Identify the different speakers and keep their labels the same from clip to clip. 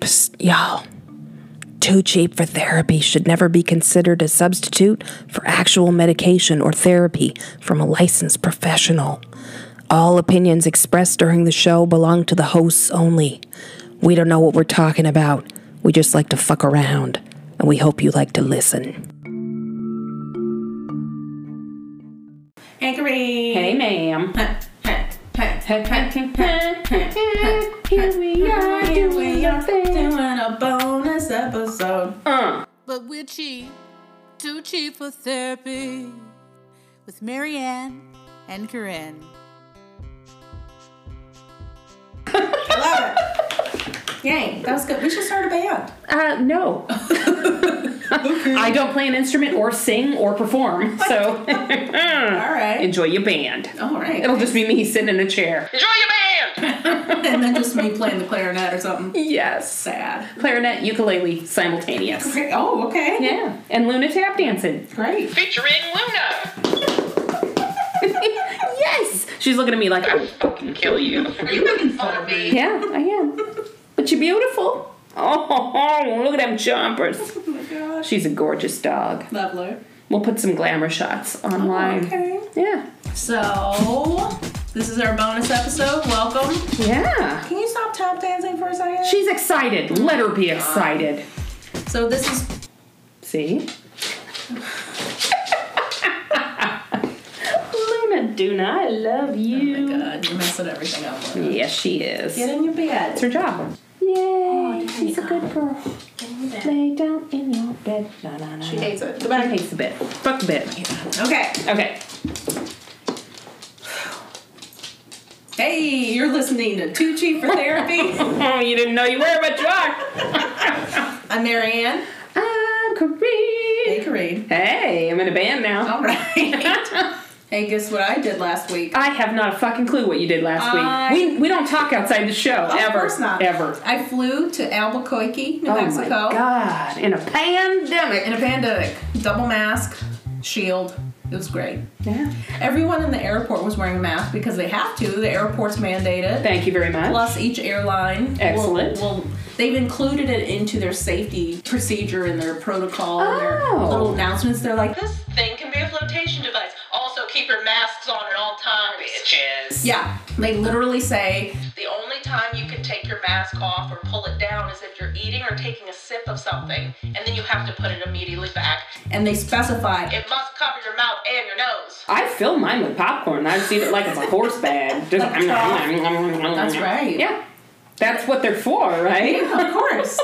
Speaker 1: Psst, y'all. Too cheap for therapy should never be considered a substitute for actual medication or therapy from a licensed professional. All opinions expressed during the show belong to the hosts only. We don't know what we're talking about. We just like to fuck around, and we hope you like to listen.
Speaker 2: Hickory.
Speaker 1: Hey, ma'am.
Speaker 2: Here we are, here we are, doing a bonus episode.
Speaker 3: But we're cheap, too cheap for therapy. With Marianne and Corinne.
Speaker 2: Yay, that was good. We should start a band.
Speaker 1: Uh, no. I don't play an instrument or sing or perform, so
Speaker 2: All right.
Speaker 1: enjoy your band.
Speaker 2: All right.
Speaker 1: It'll just be me sitting in a chair. Enjoy your band!
Speaker 2: And then just me playing the clarinet or something.
Speaker 1: Yes.
Speaker 2: Sad.
Speaker 1: Clarinet, ukulele, simultaneous.
Speaker 2: Okay. Oh, okay.
Speaker 1: Yeah, and Luna tap dancing.
Speaker 2: Great.
Speaker 4: Featuring Luna.
Speaker 1: yes! She's looking at me like, oh,
Speaker 4: Fucking kill you. Are you making fun of me?
Speaker 1: yeah, I am. But you're beautiful. Oh, look at them chompers.
Speaker 2: Oh my gosh.
Speaker 1: She's a gorgeous dog.
Speaker 2: Lovely.
Speaker 1: We'll put some glamour shots online.
Speaker 2: Okay.
Speaker 1: Yeah.
Speaker 2: So, this is our bonus episode. Welcome.
Speaker 1: Yeah.
Speaker 2: Can you stop tap dancing for a second?
Speaker 1: She's excited. Let her be excited.
Speaker 2: So, this is
Speaker 1: See? Luna, do not love you.
Speaker 2: God, you're messing everything up. Luna.
Speaker 1: Oh Yes, she is.
Speaker 2: Get in your bed.
Speaker 1: It's her job. Oh, Yay! she's a good girl. Lay down in your bed. No, no, no.
Speaker 2: She hates it. The
Speaker 1: She
Speaker 2: bed.
Speaker 1: hates the bed. Fuck the bed.
Speaker 2: Okay.
Speaker 1: Okay.
Speaker 2: Hey, you're listening to Too Cheap for Therapy.
Speaker 1: Oh, you didn't know you were, but you are.
Speaker 2: I'm Marianne.
Speaker 1: I'm Kareem.
Speaker 2: Hey, Kareem.
Speaker 1: Hey, I'm in a band now.
Speaker 2: All right. hey, guess what I did last week?
Speaker 1: I have not a fucking clue what you did last
Speaker 2: I-
Speaker 1: week. We, we don't talk outside the show
Speaker 2: Of
Speaker 1: ever.
Speaker 2: course not.
Speaker 1: Ever.
Speaker 2: I flew to Albuquerque, New
Speaker 1: oh
Speaker 2: Mexico.
Speaker 1: my god! In a pandemic.
Speaker 2: In a pandemic, double mask, shield. It was great.
Speaker 1: Yeah.
Speaker 2: Everyone in the airport was wearing a mask because they have to. The airport's mandated.
Speaker 1: Thank you very much.
Speaker 2: Plus, each airline will-
Speaker 1: Excellent.
Speaker 2: Will, they've included it into their safety procedure and their protocol and
Speaker 1: Oh.
Speaker 2: their little announcements. They're like,
Speaker 4: This thing can be a flotation device. Also, keep your masks on at all times. Bitches.
Speaker 2: yeah. They literally say,
Speaker 4: The only time you can take your mask off or pull it down is if you're eating or taking a sip of something, and then you have to put it immediately back.
Speaker 2: and they specify
Speaker 4: It must cover your mouth and your nose.
Speaker 1: I fill mine with popcorn. I've seen it like it's a horse bag. Just, that's
Speaker 2: That's right.
Speaker 1: Yeah. That's what they're for, right?
Speaker 2: Yeah, of course.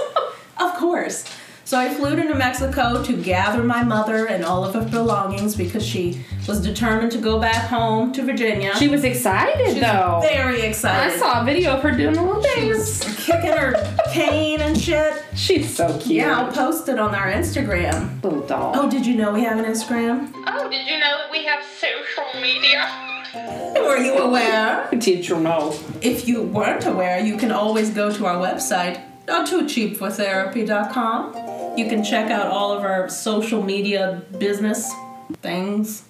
Speaker 2: of course. So I flew to New Mexico to gather my mother and all of her belongings because she was determined to go back home to Virginia.
Speaker 1: She was excited
Speaker 2: She's
Speaker 1: though.
Speaker 2: very
Speaker 1: I
Speaker 2: excited.
Speaker 1: saw a video of her doing a little
Speaker 2: She
Speaker 1: dance.
Speaker 2: was kicking her cane and shit.
Speaker 1: She's so cute.
Speaker 2: Yeah, I'll post it on our Instagram.
Speaker 1: Little doll.
Speaker 2: Oh, did you know we have an Instagram?
Speaker 4: Oh, did you know that we have social media?
Speaker 2: Were you aware?
Speaker 1: Did you know?
Speaker 2: If you weren't aware, you can always go to our website, not too cheap for therapy.com. You can check out all of our social media business things.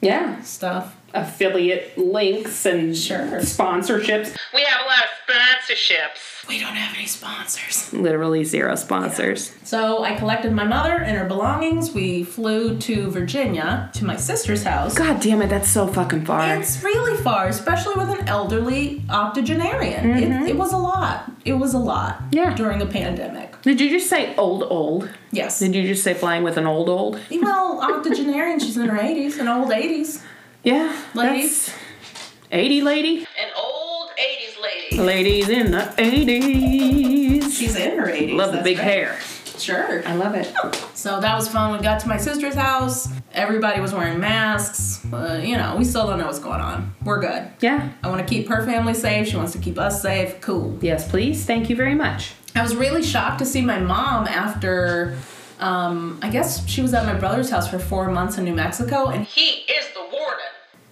Speaker 1: Yeah.
Speaker 2: stuff.
Speaker 1: Affiliate links and
Speaker 2: Sure.
Speaker 1: sponsorships.
Speaker 4: We have a lot of sponsorships.
Speaker 2: We don't have any sponsors.
Speaker 1: Literally zero sponsors.
Speaker 2: So I collected my mother and her belongings. We flew to Virginia to my sister's house.
Speaker 1: God damn it, that's so fucking far.
Speaker 2: It's really far, especially with an elderly octogenarian. It, it was a lot. It was a lot
Speaker 1: Mm-hmm. Yeah.
Speaker 2: during a pandemic.
Speaker 1: Did you just say old old?
Speaker 2: Yes.
Speaker 1: Did you just say flying with an old old?
Speaker 2: well, octogenarian, she's in her 80s, an old 80s.
Speaker 1: Yeah.
Speaker 2: Ladies.
Speaker 1: that's- 80 lady?
Speaker 4: An old 80s lady.
Speaker 1: Ladies in the 80s.
Speaker 2: She's in her 80s.
Speaker 1: Love the
Speaker 2: that's
Speaker 1: big
Speaker 2: right.
Speaker 1: hair.
Speaker 2: Sure.
Speaker 1: I love it.
Speaker 2: So that was fun. We got to my sister's house. Everybody was wearing masks. Uh, you know, we still don't know what's going on. We're good.
Speaker 1: Yeah.
Speaker 2: I want to keep her family safe. She wants to keep us safe. Cool.
Speaker 1: Yes, please. Thank you very much.
Speaker 2: I was really shocked to see my mom after, um, I guess she was at my brother's house for four months in New Mexico, and
Speaker 4: He is the warden.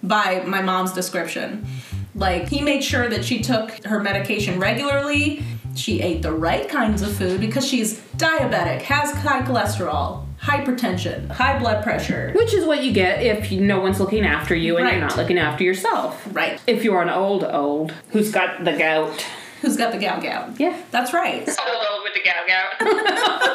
Speaker 2: by my mom's description, like he made sure that she took her medication regularly. She ate the right kinds of food because she's diabetic, has high cholesterol, hypertension, high blood pressure.
Speaker 1: Which is what you get if you- no one's looking after you and
Speaker 2: Right.
Speaker 1: you're not looking after yourself.
Speaker 2: Right.
Speaker 1: If you're an old, old who's got the gout.
Speaker 2: Who's got the gout gout?
Speaker 1: Yeah.
Speaker 2: That's right. oh,
Speaker 4: Solo with the gout gout.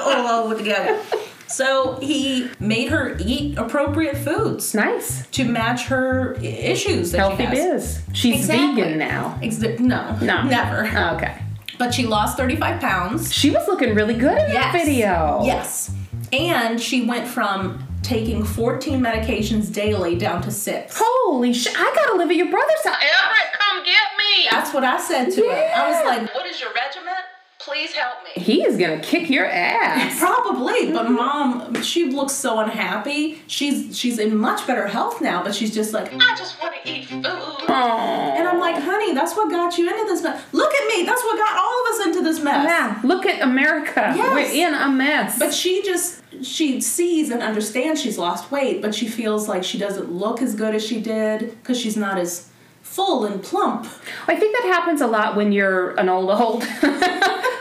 Speaker 2: all over together. So he made her eat appropriate foods
Speaker 1: Nice.
Speaker 2: to match her i- issues that she
Speaker 1: Healthy
Speaker 2: has.
Speaker 1: biz. She's
Speaker 2: Exactly.
Speaker 1: vegan now.
Speaker 2: Exi- no,
Speaker 1: No. Uh.
Speaker 2: never.
Speaker 1: Okay.
Speaker 2: But she lost 35 pounds.
Speaker 1: She was looking really good in that video.
Speaker 2: Yes. And she went from taking 14 medications daily down to six.
Speaker 1: Holy shit, I gotta live at your brother's house.
Speaker 4: Everett, come get me.
Speaker 2: That's what I said to her. I was like,
Speaker 4: What is your regiment? Please help me.
Speaker 1: He is gonna kick your ass.
Speaker 2: probably,
Speaker 1: Mm-hmm.
Speaker 2: but mom, she looks so unhappy. She's she's in much better health now, but she's just like,
Speaker 4: I just want to eat food.
Speaker 1: Aw.
Speaker 2: And I'm like, honey, that's what got you into this mess. Look at me, that's what got all of us into this mess.
Speaker 1: Yeah, look at America.
Speaker 2: Yes.
Speaker 1: We're in a mess.
Speaker 2: But she just she sees and understands she's lost weight, but she feels like she doesn't look as good as she did because she's not as full and plump.
Speaker 1: I think that happens a lot when you're an old old.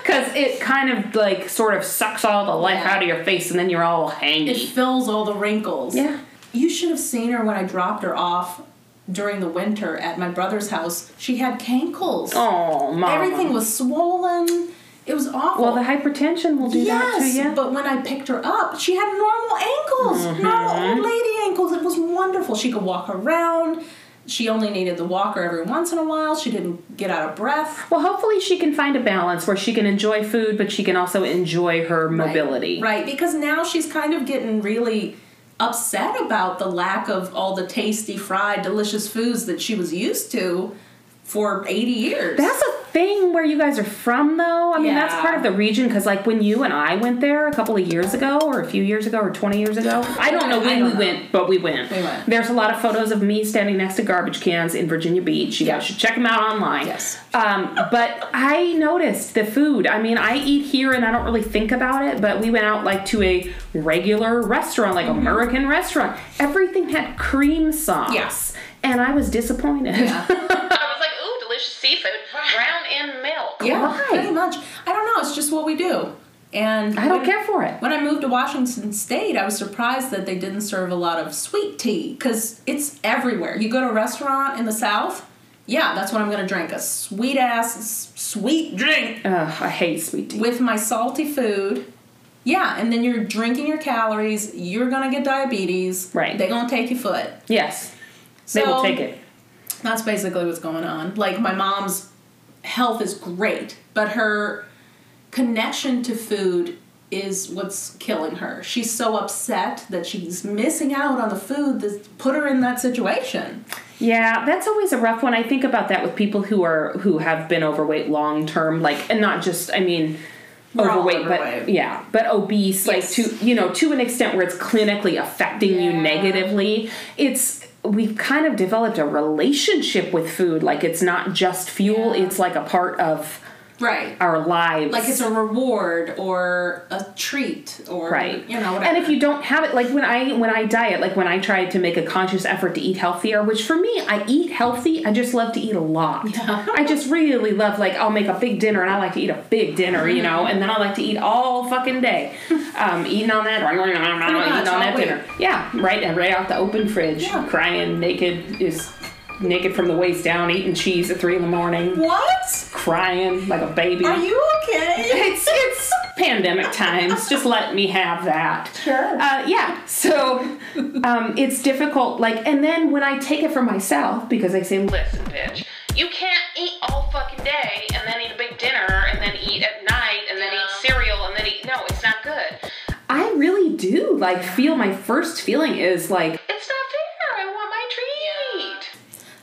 Speaker 1: Because it kind of like sort of sucks all the life out of your face and then you're all hangy.
Speaker 2: It fills all the wrinkles.
Speaker 1: yeah.
Speaker 2: You should have seen her when I dropped her off during the winter at my brother's house. She had cankles.
Speaker 1: Oh, mom.
Speaker 2: Everything was swollen. It was awful.
Speaker 1: Well, the hypertension will do that to
Speaker 2: Yes,
Speaker 1: you.
Speaker 2: but when I picked her up, she had normal ankles,
Speaker 1: Mm-hmm.
Speaker 2: normal old lady ankles. It was wonderful. She could walk around. She only needed the walker every once in a while. She didn't get out of breath.
Speaker 1: well, hopefully she can find a balance where she can enjoy food, but she can also enjoy her mobility.
Speaker 2: Right, because now she's kind of getting really upset about the lack of all the tasty, fried, delicious foods that she was used to for 80 years.
Speaker 1: That's a thing where you guys are from, though. I mean, that's
Speaker 2: Yeah.
Speaker 1: part of the region because, like, when you and I went there a couple of years ago, or a few years ago, or 20 years ago, I don't know
Speaker 2: I
Speaker 1: when
Speaker 2: don't
Speaker 1: we
Speaker 2: know.
Speaker 1: went, but we went.
Speaker 2: We went.
Speaker 1: There's a lot of photos of me standing next to garbage cans in Virginia Beach. You
Speaker 2: Yeah.
Speaker 1: guys should check them out online.
Speaker 2: Yes.
Speaker 1: Um, but I noticed the food. I mean, I eat here and I don't really think about it, but we went out like to a regular restaurant, like
Speaker 2: Mm-hmm.
Speaker 1: American restaurant. Everything had cream sauce.
Speaker 2: Yes.
Speaker 1: And I was disappointed.
Speaker 4: I was like, ooh, delicious seafood, brown in milk.
Speaker 2: yeah,
Speaker 1: why?
Speaker 2: pretty much. I don't know. It's just what we do. And
Speaker 1: I don't
Speaker 2: when-
Speaker 1: care for it.
Speaker 2: When I moved to Washington State, I was surprised that they didn't serve a lot of sweet tea because it's everywhere. You go to a restaurant in the South, yeah, that's what I'm gonna drink a sweet ass, s- sweet drink
Speaker 1: Ugh, I hate sweet tea.
Speaker 2: with my salty food. Yeah, and then you're drinking your calories, you're gonna get diabetes.
Speaker 1: Right.
Speaker 2: They're gonna take your foot.
Speaker 1: Yes, they will
Speaker 2: So-
Speaker 1: take it.
Speaker 2: That's basically what's going on. Like my mom's health is great, but her connection to food is what's killing her. She's so upset that she's missing out on the food that put her in that situation.
Speaker 1: Yeah, that's always a rough one. I think about that with people who are who have been overweight long term, like and not just. I mean,
Speaker 2: We're all
Speaker 1: overweight,
Speaker 2: overweight.
Speaker 1: but yeah, but obese,
Speaker 2: Yes.
Speaker 1: like to you know to an extent where it's clinically affecting you negatively. It's we've kind of developed a relationship with food, like it's not just fuel; it's like a part of
Speaker 2: Right.
Speaker 1: our lives.
Speaker 2: Like it's a reward or a treat or
Speaker 1: right
Speaker 2: you know whatever.
Speaker 1: and if you don't have it like when i when i diet like when i try to make a conscious effort to eat healthier which for me i eat healthy i just love to eat a lot i just really love like i'll make a big dinner and i like to eat a big dinner you know and then i like to eat all fucking day um, eating on that eating on
Speaker 2: much, all
Speaker 1: that
Speaker 2: week.
Speaker 1: dinner yeah right and right out the open fridge
Speaker 2: Yeah.
Speaker 1: crying naked is naked from the waist down eating cheese at three in the morning
Speaker 2: What?
Speaker 1: crying like a baby
Speaker 2: Are you okay?
Speaker 1: it's it's pandemic times. Just let me have that.
Speaker 2: Sure.
Speaker 1: Uh, yeah. So um, it's difficult. Like, and then when I take it for myself, because I say,
Speaker 4: Listen, bitch, you can't eat all fucking day and then eat a big dinner and then eat at night and then eat cereal and then eat. No, it's not good.
Speaker 1: I really do like feel my first feeling is like,
Speaker 4: It's not fair. I want my treat.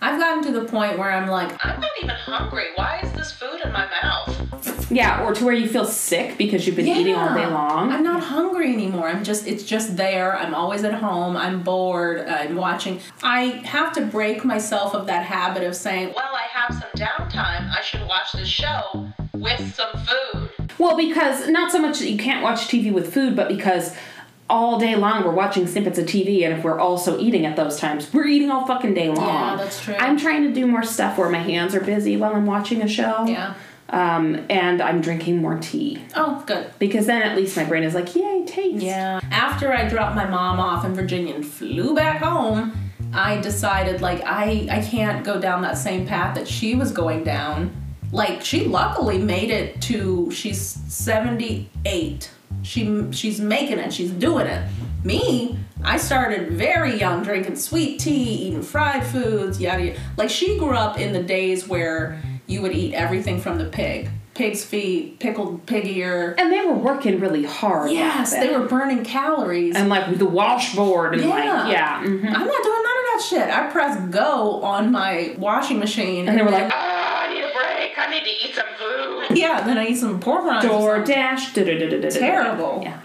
Speaker 2: I've gotten to the point where I'm like
Speaker 4: I'm not even hungry. Why is this food in my mouth?
Speaker 1: yeah, or to where you feel sick because you've been eating all day
Speaker 2: Yeah.
Speaker 1: long.
Speaker 2: I'm not hungry anymore. I'm just it's just there. I'm always at home. I'm bored. I'm watching. I have to break myself of that habit of saying, "Well,
Speaker 4: Well, I have some downtime. I should watch this show with some food.
Speaker 1: Well, because not so much that you can't watch TV with food, but because all day long we're watching snippets of TV, and if we're also eating at those times, we're eating all fucking day long.
Speaker 2: that's true.
Speaker 1: I'm trying to do more stuff where my hands are busy while I'm watching a show.
Speaker 2: yeah."
Speaker 1: Um, and I'm drinking more tea
Speaker 2: Oh, good.
Speaker 1: because then at least my brain is like, yay, taste.
Speaker 2: Yeah. After I dropped my mom off in Virginia and flew back home, I decided like I I can't go down that same path that she was going down. Like she luckily made it to she's 78. She she's making it. She's doing it. Me, I started very young drinking sweet tea, eating fried foods, yada yada. Like she grew up in the days where you would eat everything from the pig. Pig's feet, pickled pig ear,
Speaker 1: And they were working really hard. back
Speaker 2: Yes,
Speaker 1: then.
Speaker 2: they were burning calories.
Speaker 1: And like the washboard and
Speaker 2: Yeah.
Speaker 1: like, yeah. mhm.
Speaker 2: I'm not doing none of that shit. I pressed go on my washing machine.
Speaker 1: And they were like,
Speaker 4: Ah, I need a break. I need to eat some food.
Speaker 2: oh, yeah, then I eat some pork rinds. or something.
Speaker 1: DoorDash. da- da- da- da- da- da-
Speaker 2: Terrible.
Speaker 1: Yeah.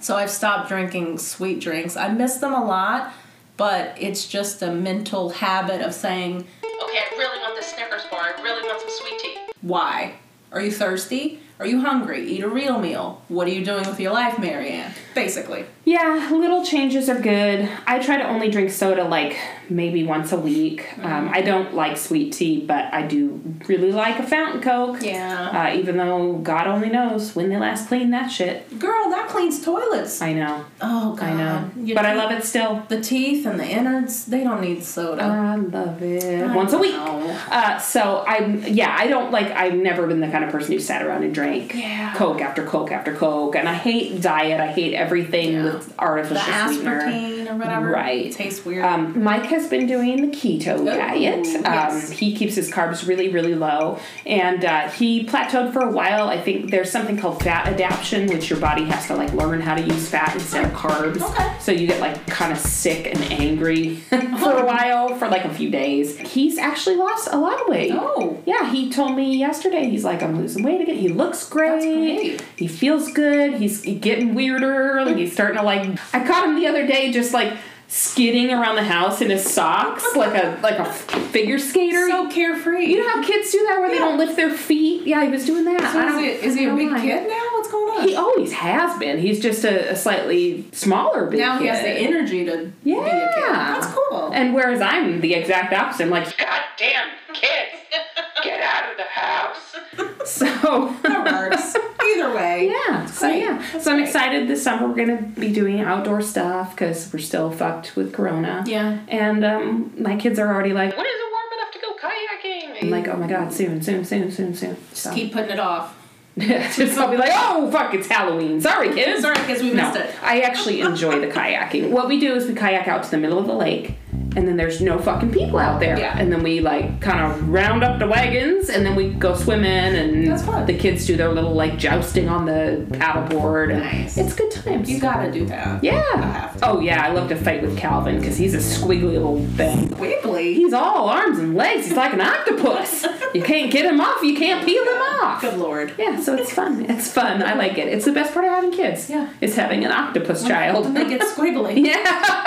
Speaker 2: So I've stopped drinking sweet drinks. I miss them a lot, but it's just a mental habit of saying,
Speaker 4: Okay, I really want this Snickers bar. I really want some sweet tea.
Speaker 2: why? Are you thirsty? Are you hungry? Eat a real meal. What are you doing with your life, Marianne? Basically.
Speaker 1: Yeah, little changes are good. I try to only drink soda like maybe once a week. Um,
Speaker 2: Mm-hmm.
Speaker 1: I don't like sweet tea, but I do really like a fountain coke.
Speaker 2: Yeah.
Speaker 1: Uh, even though God only knows when they last cleaned that shit.
Speaker 2: Girl, that cleans toilets.
Speaker 1: I know,
Speaker 2: oh, God.
Speaker 1: I know.
Speaker 2: Your
Speaker 1: but I
Speaker 2: teeth-
Speaker 1: love it still.
Speaker 2: The teeth and the innards, they don't need soda.
Speaker 1: I love it. Once a week.
Speaker 2: Oh. know.
Speaker 1: Uh, so I'm, yeah, I don't like, I've never been the kind of person who sat around and drank
Speaker 2: Yeah.
Speaker 1: Coke after Coke after Coke. And I hate diet. I hate everything
Speaker 2: Yeah.
Speaker 1: with
Speaker 2: the
Speaker 1: artificial sweetener.
Speaker 2: aspartame or whatever.
Speaker 1: Right.
Speaker 2: tastes weird. Oh,
Speaker 1: Um, Mike has been doing the keto diet. Um,
Speaker 2: yes.
Speaker 1: He keeps his carbs really, really low, and uh, he plateaued for a while. I think there's something called fat adaptation, which your body has to like learn how to use fat instead of carbs.
Speaker 2: Okay.
Speaker 1: So you get like kind of sick and angry for
Speaker 2: Oh.
Speaker 1: a while, for like a few days. He's actually lost a lot of weight.
Speaker 2: Oh.
Speaker 1: Yeah, he told me yesterday. He's like, I'm losing weight again. He looks great.
Speaker 2: great.
Speaker 1: He feels good. He's getting weirder. Like he's starting to like. I caught him the other day, just like skidding around the house in his socks, like a like a figure skater.
Speaker 2: so carefree.
Speaker 1: you know how kids do that, where they don't lift their feet. Yeah, he was doing that. I
Speaker 2: is,
Speaker 1: don't-
Speaker 2: he, is he
Speaker 1: I
Speaker 2: a
Speaker 1: don't
Speaker 2: big
Speaker 1: know.
Speaker 2: kid now? What's going on?
Speaker 1: He always has been. He's just a, a slightly smaller big
Speaker 2: now he has the
Speaker 1: kid.
Speaker 2: energy to be a kid.
Speaker 1: Yeah.
Speaker 2: That's cool.
Speaker 1: And whereas I'm the exact opposite, I'm like
Speaker 4: Goddamn kids! Get out of the house!
Speaker 1: so.
Speaker 2: that works. Either way.
Speaker 1: Yeah, so
Speaker 2: great.
Speaker 1: yeah. so I'm excited this summer we're gonna be doing outdoor stuff because we're still fucked with Corona.
Speaker 2: Yeah.
Speaker 1: And um, my kids are already like,
Speaker 4: When is it warm enough to go kayaking?
Speaker 1: I'm like, oh my god, soon, soon, soon, soon, soon. So.
Speaker 2: Keep putting it off.
Speaker 1: just I'll be like, oh fuck, it's Halloween. Sorry, kids.
Speaker 2: Sorry, because we
Speaker 1: No,
Speaker 2: missed it.
Speaker 1: I actually enjoy the kayaking. What we do is we kayak out to the middle of the lake, and then there's no fucking people out there.
Speaker 2: Yeah.
Speaker 1: And then we like kind of round up the wagons, and then we go swimming, and
Speaker 2: That's fun.
Speaker 1: the kids do their little like jousting on the paddleboard. and
Speaker 2: Nice.
Speaker 1: It's good times.
Speaker 2: You gotta do that.
Speaker 1: Yeah.
Speaker 2: have to.
Speaker 1: Oh yeah, I love to fight with Calvin because he's a squiggly little thing.
Speaker 2: Wiggly.
Speaker 1: He's all arms and legs. He's like an octopus. You can't get him off. You can't peel him
Speaker 2: Good
Speaker 1: off.
Speaker 2: lord.
Speaker 1: Yeah, so it's fun. It's fun. I like it. It's the best part of having kids.
Speaker 2: Yeah.
Speaker 1: It's having an Oh, octopus
Speaker 2: When
Speaker 1: child.
Speaker 2: they get squiggly.
Speaker 1: Yeah.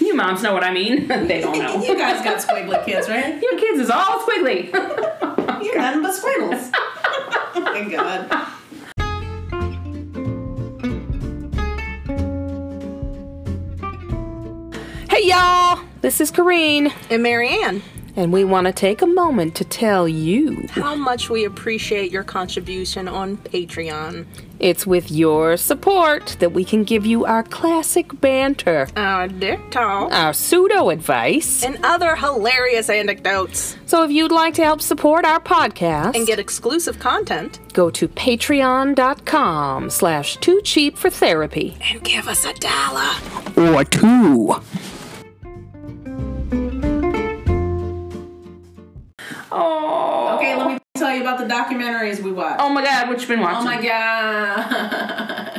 Speaker 1: you moms know what I mean. they don't know.
Speaker 2: You guys got squiggly kids, right?
Speaker 1: Your kids is all squiggly.
Speaker 2: You're nothing but squiggles. oh my god.
Speaker 1: hey y'all. This is Corrine,
Speaker 5: And Marianne,
Speaker 1: and we want to take a moment to tell you.
Speaker 5: how much we appreciate your contribution on Patreon.
Speaker 1: It's with your support that we can give you our classic banter,
Speaker 5: Our Uh, dick talk.
Speaker 1: our pseudo advice.
Speaker 5: And other hilarious anecdotes.
Speaker 1: So if you'd like to help support our podcast,
Speaker 5: And get exclusive content.
Speaker 1: go to patreon.com slash too cheap for therapy.
Speaker 5: And give us a dollar.
Speaker 1: Or two. Oh.
Speaker 2: Okay, let me tell you about the documentaries we watched.
Speaker 1: Oh my god, what you been watching?
Speaker 2: Oh my god.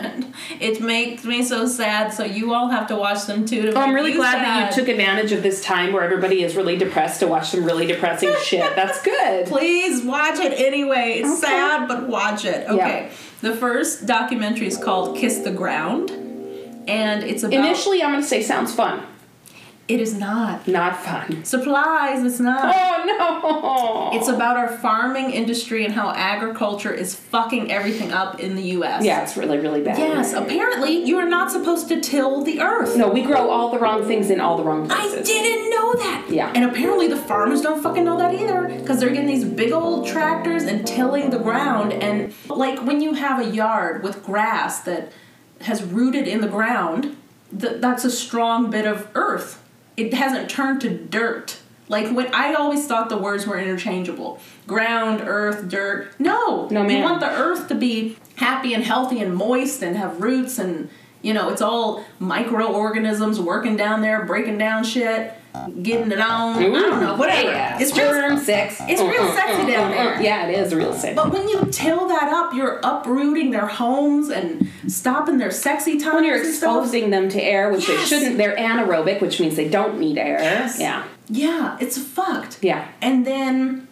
Speaker 2: It makes me so sad, so you all have to watch them too. To
Speaker 1: Well, Oh, I'm really glad that you took advantage of this time where everybody is really depressed to watch some really depressing shit. That's good.
Speaker 2: Please watch it anyway. It's sad, but watch it. Okay. The first documentary is called Kiss the Ground. And it's about
Speaker 1: Initially, I'm gonna say sounds fun.
Speaker 2: It is not.
Speaker 1: Not fun.
Speaker 2: Supplies, it's not.
Speaker 1: Oh no.
Speaker 2: It's about our farming industry and how agriculture is fucking everything up in the US.
Speaker 1: yeah, it's really really bad.
Speaker 2: Yes, apparently you are not supposed to till the earth.
Speaker 1: No, we grow all the wrong things in all the wrong
Speaker 2: I
Speaker 1: places.
Speaker 2: didn't know that.
Speaker 1: Yeah.
Speaker 2: And apparently the farmers don't fucking know that either because they're getting these big old tractors and tilling the ground. And like when you have a yard with grass that has rooted in the ground, th- that's a strong bit of earth. It hasn't turned to dirt. Like when I always thought the words were interchangeable ground, earth, dirt. No.
Speaker 1: No,
Speaker 2: You
Speaker 1: ma'am.
Speaker 2: want the earth to be happy and healthy and moist and have roots and you know it's all microorganisms working down there breaking down shit getting it on i don't know whatever
Speaker 1: Yeah.
Speaker 2: it's real,
Speaker 1: germ sex. oh,
Speaker 2: it's real sexy down there
Speaker 1: Yeah, it is real sex.
Speaker 2: but when you till that up you're uprooting their homes and stopping their sexy times
Speaker 1: when you're
Speaker 2: and stuff.
Speaker 1: exposing them to air, which
Speaker 2: Yes.
Speaker 1: they shouldn't, they're anaerobic, which means they don't need air. Yeah.
Speaker 2: yeah it's fucked
Speaker 1: Yeah.
Speaker 2: and then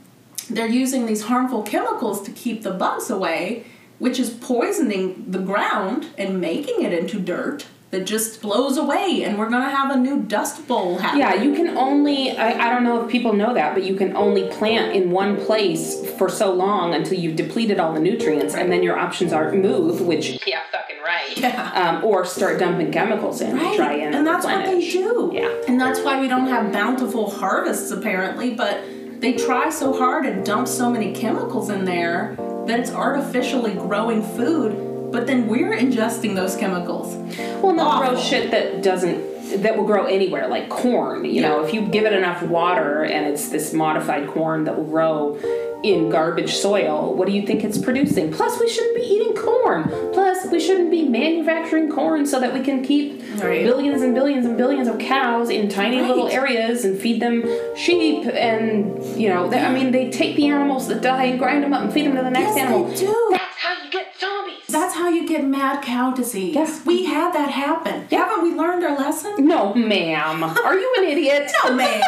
Speaker 2: they're using these harmful chemicals to keep the bugs away which is poisoning the ground and making it into dirt that just blows away and we're gonna have a new dust bowl happen
Speaker 1: Yeah, you can only, I, I don't know if people know that, but you can only plant in one place for so long until you've depleted all the nutrients, and then your options are move, which,
Speaker 4: Yeah, fucking right.
Speaker 1: um, or start dumping chemicals in, to
Speaker 2: Right,
Speaker 1: try and,
Speaker 2: and that's what they
Speaker 1: replenish.
Speaker 2: do.
Speaker 1: Yeah.
Speaker 2: And that's why we don't have bountiful harvests apparently, but they try so hard and dump so many chemicals in there that it's artificially growing food, but then we're ingesting those chemicals.
Speaker 1: Well, and they'll grow
Speaker 2: Awful.
Speaker 1: shit that doesn't that will grow anywhere, like corn. You know, if you give it enough water and it's this modified corn that will grow in garbage soil, what do you think it's producing? Plus, we shouldn't be eating corn. Plus, we shouldn't be manufacturing corn so that we can keep
Speaker 2: Right.
Speaker 1: billions and billions and billions of cows in tiny little
Speaker 2: Right.
Speaker 1: areas and feed them sheep and you know, they, I mean, they take the animals that die and grind them up and feed them to the next animal.
Speaker 2: Yes, they do.
Speaker 4: That's how you get zombies.
Speaker 2: That's how you get mad cow disease.
Speaker 1: Yes.
Speaker 2: We had that happen. Haven't we learned our lesson?
Speaker 1: No, ma'am. Are you an idiot?
Speaker 2: No, ma'am.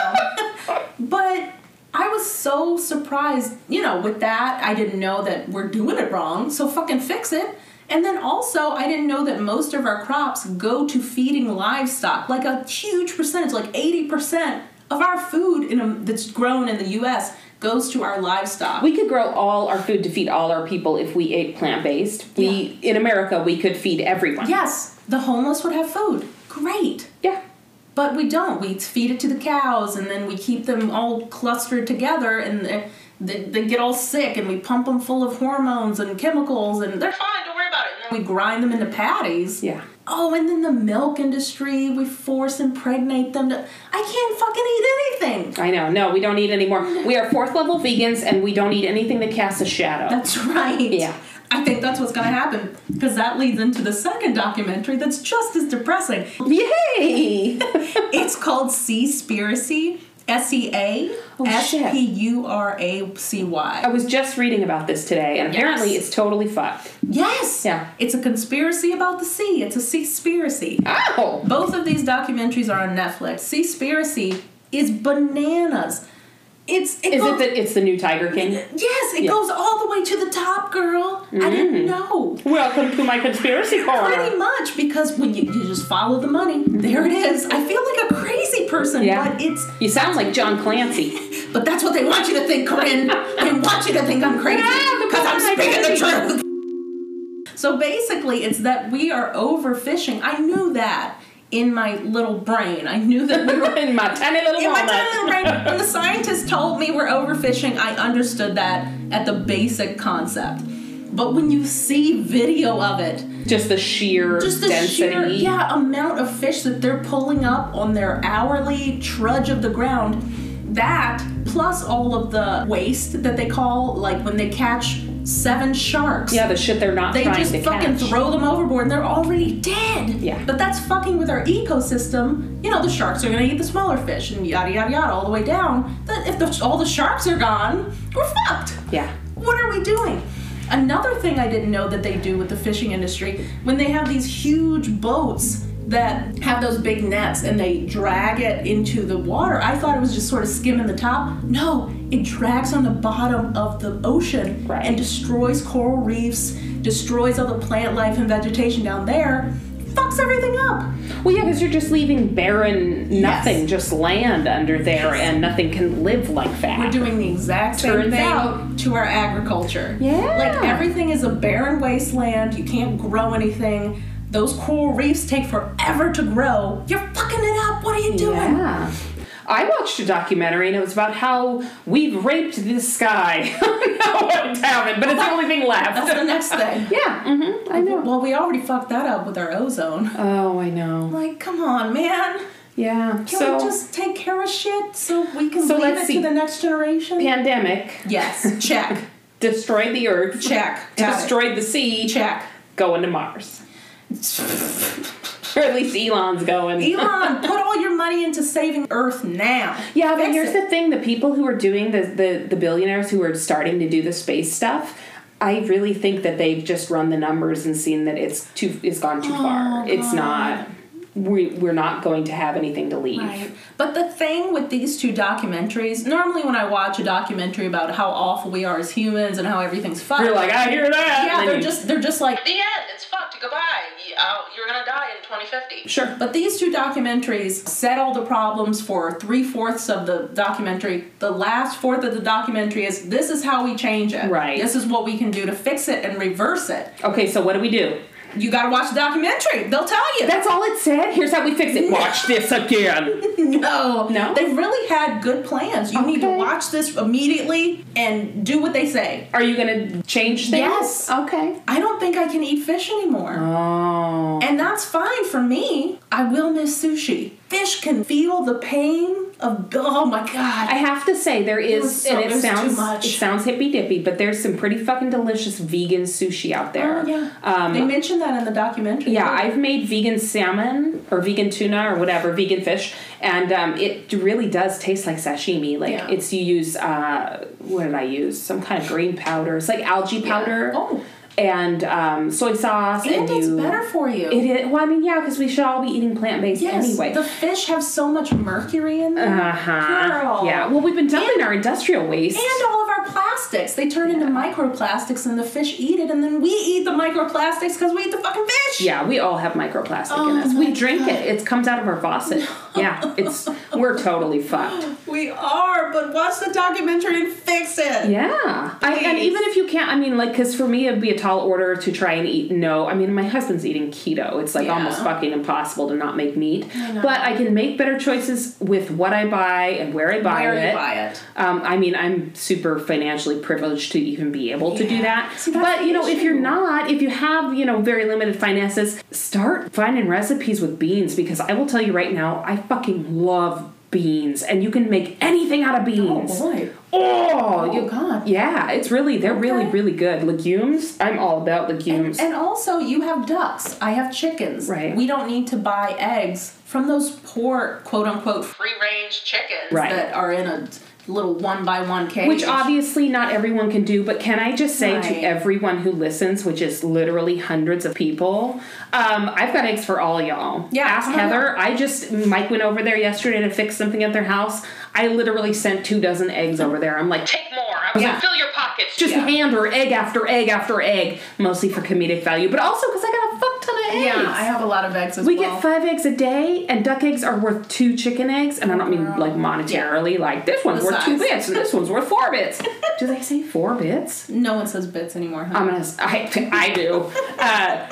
Speaker 2: but I was so surprised, you know, with that. I didn't know that we're doing it wrong, so fucking fix it. And then also, I didn't know that most of our crops go to feeding livestock, like a huge percentage, like 80% of our food in a, that's grown in the US goes to our livestock.
Speaker 1: We could grow all our food to feed all our people if we ate plant based. We in America we could feed everyone.
Speaker 2: yes, the homeless would have food. Great.
Speaker 1: Yeah.
Speaker 2: But we don't. We feed it to the cows, and then we keep them all clustered together, and they, they, they get all sick, and we pump them full of hormones and chemicals, and they're fine.
Speaker 4: fine, don't worry about it. And then
Speaker 2: We grind them into patties.
Speaker 1: Yeah.
Speaker 2: Oh, and then the milk industry, we force impregnate them to. I can't fucking eat anything.
Speaker 1: I know. No, we don't eat anymore. We are fourth level vegans and we don't eat anything that casts a shadow.
Speaker 2: That's right.
Speaker 1: Yeah.
Speaker 2: I think that's what's gonna happen because that leads into the second documentary that's just as depressing.
Speaker 1: Yay!
Speaker 2: It's called Seaspiracy. S E A S
Speaker 1: shit.
Speaker 2: P U R A C Y.
Speaker 1: I was just reading about this today and apparently it's totally fucked.
Speaker 2: Yes.
Speaker 1: Yeah.
Speaker 2: It's a conspiracy about the sea. It's a seaspiracy.
Speaker 1: Ow!
Speaker 2: Both of these documentaries are on Netflix. Seaspiracy is bananas. It's it
Speaker 1: Is it
Speaker 2: goes,
Speaker 1: that it's the new Tiger King?
Speaker 2: Yes, it
Speaker 1: Yeah. Mm-hmm.
Speaker 2: goes all the way to the top, girl. I didn't know.
Speaker 1: Welcome to my conspiracy
Speaker 2: Pretty
Speaker 1: corner.
Speaker 2: much because when you, you just follow the money, there it is. I feel like a crazy person,
Speaker 1: Yeah.
Speaker 2: but it's
Speaker 1: You sound like John Clancy.
Speaker 2: but that's what they want you to think, Corinne. They want you to think I'm crazy
Speaker 1: Yeah, the
Speaker 2: because I'm
Speaker 1: more I
Speaker 2: speaking the
Speaker 1: think.
Speaker 2: truth. So basically, it's that we are overfishing. I knew that in my little brain. I knew that we were.
Speaker 1: In my tiny little
Speaker 2: In my
Speaker 1: walnut.
Speaker 2: tiny little brain, when the scientists told me we're overfishing, I understood that at the basic concept. But when you see video of it,
Speaker 1: Just the sheer
Speaker 2: just the
Speaker 1: density.
Speaker 2: sheer yeah amount of fish that they're pulling up on their hourly trudge of the ground that plus all of the waste that they call like when they catch seven sharks
Speaker 1: Yeah, the shit they're not
Speaker 2: they
Speaker 1: trying
Speaker 2: just
Speaker 1: to
Speaker 2: fucking
Speaker 1: catch.
Speaker 2: throw them overboard and they're already dead
Speaker 1: Yeah.
Speaker 2: but that's fucking with our ecosystem you know the sharks are gonna eat the smaller fish and yada yada yada all the way down That if the, all the sharks are gone we're fucked
Speaker 1: yeah.
Speaker 2: what are we doing? Another thing I didn't know that they do with the fishing industry, when they have these huge boats that have those big nets and they drag it into the water, I thought it was just sort of skimming the top. No, it drags on the bottom of the ocean
Speaker 1: Right.
Speaker 2: and destroys coral reefs, destroys all the plant life and vegetation down there. fucks everything up.
Speaker 1: Well, yeah, because you're just leaving barren nothing,
Speaker 2: Yes.
Speaker 1: just land under there, and nothing can live like that.
Speaker 2: We're doing the exact same
Speaker 1: Turns
Speaker 2: thing
Speaker 1: out-
Speaker 2: to our agriculture.
Speaker 1: Yeah.
Speaker 2: Like everything is a barren wasteland. You can't grow anything. Those coral reefs take forever to grow. You're fucking it up. What are you doing?
Speaker 1: Yeah. I watched a documentary and it was about how we've raped the sky. no, I haven't, but it's the only thing
Speaker 2: That's
Speaker 1: left.
Speaker 2: the next thing.
Speaker 1: Yeah, mm-hmm, I know.
Speaker 2: Well, we already fucked that up with our ozone.
Speaker 1: Oh, I know.
Speaker 2: Like, come on, man.
Speaker 1: Yeah.
Speaker 2: Can
Speaker 1: so,
Speaker 2: we just take care of shit so we can
Speaker 1: So
Speaker 2: leave
Speaker 1: let's
Speaker 2: it
Speaker 1: see.
Speaker 2: to the next generation?
Speaker 1: pandemic
Speaker 2: Yes. Check.
Speaker 1: destroyed the Earth,
Speaker 2: Check. Got it.
Speaker 1: destroyed the sea,
Speaker 2: Check.
Speaker 1: going to Mars, or at least Elon's going.
Speaker 2: Elon, put all your money into saving Earth now.
Speaker 1: Yeah, but
Speaker 2: Fix
Speaker 1: here's
Speaker 2: it.
Speaker 1: the thing: the people who are doing the, the the billionaires who are starting to do the space stuff, I really think that they've just run the numbers and seen that it's too it's gone too
Speaker 2: Oh,
Speaker 1: far. It's not. We, we're not going to have anything to leave.
Speaker 2: Right. But the thing with these two documentaries, normally when I watch a documentary about how awful we are as humans and how everything's fucked,
Speaker 1: You're like, I hear that.
Speaker 2: yeah,
Speaker 1: and
Speaker 2: they're
Speaker 1: you-
Speaker 2: just they're just like
Speaker 4: The end. It's fucked. Goodbye. You- uh, You're gonna die in 2050.
Speaker 1: sure.
Speaker 2: But these two documentaries set all the problems for three fourths of the documentary. The last fourth of the documentary is this is how we change it.
Speaker 1: Right.
Speaker 2: This is what we can do to fix it and reverse it.
Speaker 1: Okay, so what do we do?
Speaker 2: You gotta watch the documentary. They'll tell you.
Speaker 1: That's all it said. Here's how we fix it. Watch this again.
Speaker 2: no.
Speaker 1: No?
Speaker 2: They really had good plans. You need to
Speaker 1: Okay.
Speaker 2: watch this immediately and do what they say.
Speaker 1: Are you going to change things?
Speaker 2: Yes.
Speaker 1: Okay.
Speaker 2: I don't think I can eat fish anymore.
Speaker 1: Oh.
Speaker 2: And that's fine for me. I will miss sushi. Fish can feel the pain of oh my god.
Speaker 1: I have to say there is,
Speaker 2: was so-
Speaker 1: and
Speaker 2: it
Speaker 1: it
Speaker 2: was too
Speaker 1: sounds
Speaker 2: much.
Speaker 1: it sounds hippy dippy, but there's some pretty fucking delicious vegan sushi out there.
Speaker 2: Oh, yeah.
Speaker 1: Um,
Speaker 2: they mentioned that in the documentary.
Speaker 1: yeah, I've made vegan salmon or vegan tuna or whatever vegan fish, and um, it really does taste like sashimi. Like
Speaker 2: Yeah.
Speaker 1: it's you use uh, what did I use? Some kind of green powder. It's like algae powder.
Speaker 2: Oh.
Speaker 1: And um, soy sauce, and,
Speaker 2: And it's
Speaker 1: you.
Speaker 2: better for you.
Speaker 1: It is. Well, I mean, yeah, because we should all be eating plant based
Speaker 2: Yes.
Speaker 1: anyway.
Speaker 2: The fish have so much mercury in them.
Speaker 1: uh huh.
Speaker 2: Girl.
Speaker 1: Yeah. Well, we've been dumping our industrial waste.
Speaker 2: And all of our plastics. They turn into microplastics and the fish eat it and then we eat the microplastics because we eat the fucking fish.
Speaker 1: Yeah, we all have microplastic in
Speaker 2: Oh
Speaker 1: us.
Speaker 2: my
Speaker 1: We drink it. It comes out of our faucet. Yeah, it's we're totally fucked.
Speaker 2: We are, but watch the documentary and fix it.
Speaker 1: Yeah. I, and
Speaker 2: Please.
Speaker 1: even if you can't, I mean, like, because for me, it'd be a tall order to try and eat no. I mean, my husband's eating keto. It's like
Speaker 2: Yeah.
Speaker 1: almost fucking impossible to not make meat. but I can make better choices with what I buy and where I buy
Speaker 2: Where
Speaker 1: it.
Speaker 2: you buy it.
Speaker 1: Um, I mean, I'm super financially privileged to even be able to do
Speaker 2: Yeah.
Speaker 1: that.
Speaker 2: See, that's
Speaker 1: but
Speaker 2: the
Speaker 1: you know, if you're
Speaker 2: issue.
Speaker 1: not, if you have you know very limited finances, start finding recipes with beans because I will tell you right now, I fucking love beans, and you can make anything out of beans.
Speaker 2: boy.
Speaker 1: Oh,
Speaker 2: Oh, God.
Speaker 1: Yeah, it's really they're really
Speaker 2: Okay.
Speaker 1: really good legumes. I'm all about legumes.
Speaker 2: And also, you have ducks. I have chickens.
Speaker 1: Right.
Speaker 2: We don't need to buy eggs from those poor, quote unquote,
Speaker 4: Free range chickens.
Speaker 1: Right.
Speaker 2: that are in a little one by one cage.
Speaker 1: Which obviously not everyone can do, but can I just say
Speaker 2: Right.
Speaker 1: to everyone who listens, which is literally hundreds of people, um, I've got eggs for all y'all.
Speaker 2: Yeah,
Speaker 1: Ask
Speaker 2: come on
Speaker 1: Heather. I just, Mike went over there yesterday to fix something at their house. I literally sent two dozen eggs over there. I'm like,
Speaker 4: Take more. I was
Speaker 1: Yeah.
Speaker 4: like, fill your pockets.
Speaker 1: just hand her egg after egg after egg, mostly for comedic value, but also because I got a fuck ton of eggs.
Speaker 2: Yeah, I have a lot of eggs as
Speaker 1: We
Speaker 2: well.
Speaker 1: get five eggs a day, and duck eggs are worth two chicken eggs. And I don't mean like monetarily, like this one's
Speaker 2: The
Speaker 1: worth two
Speaker 2: size.
Speaker 1: bits, and this one's worth four bits. Do they say four bits?
Speaker 2: No one says bits anymore, huh?
Speaker 1: I'm gonna, s- I, I do. Uh,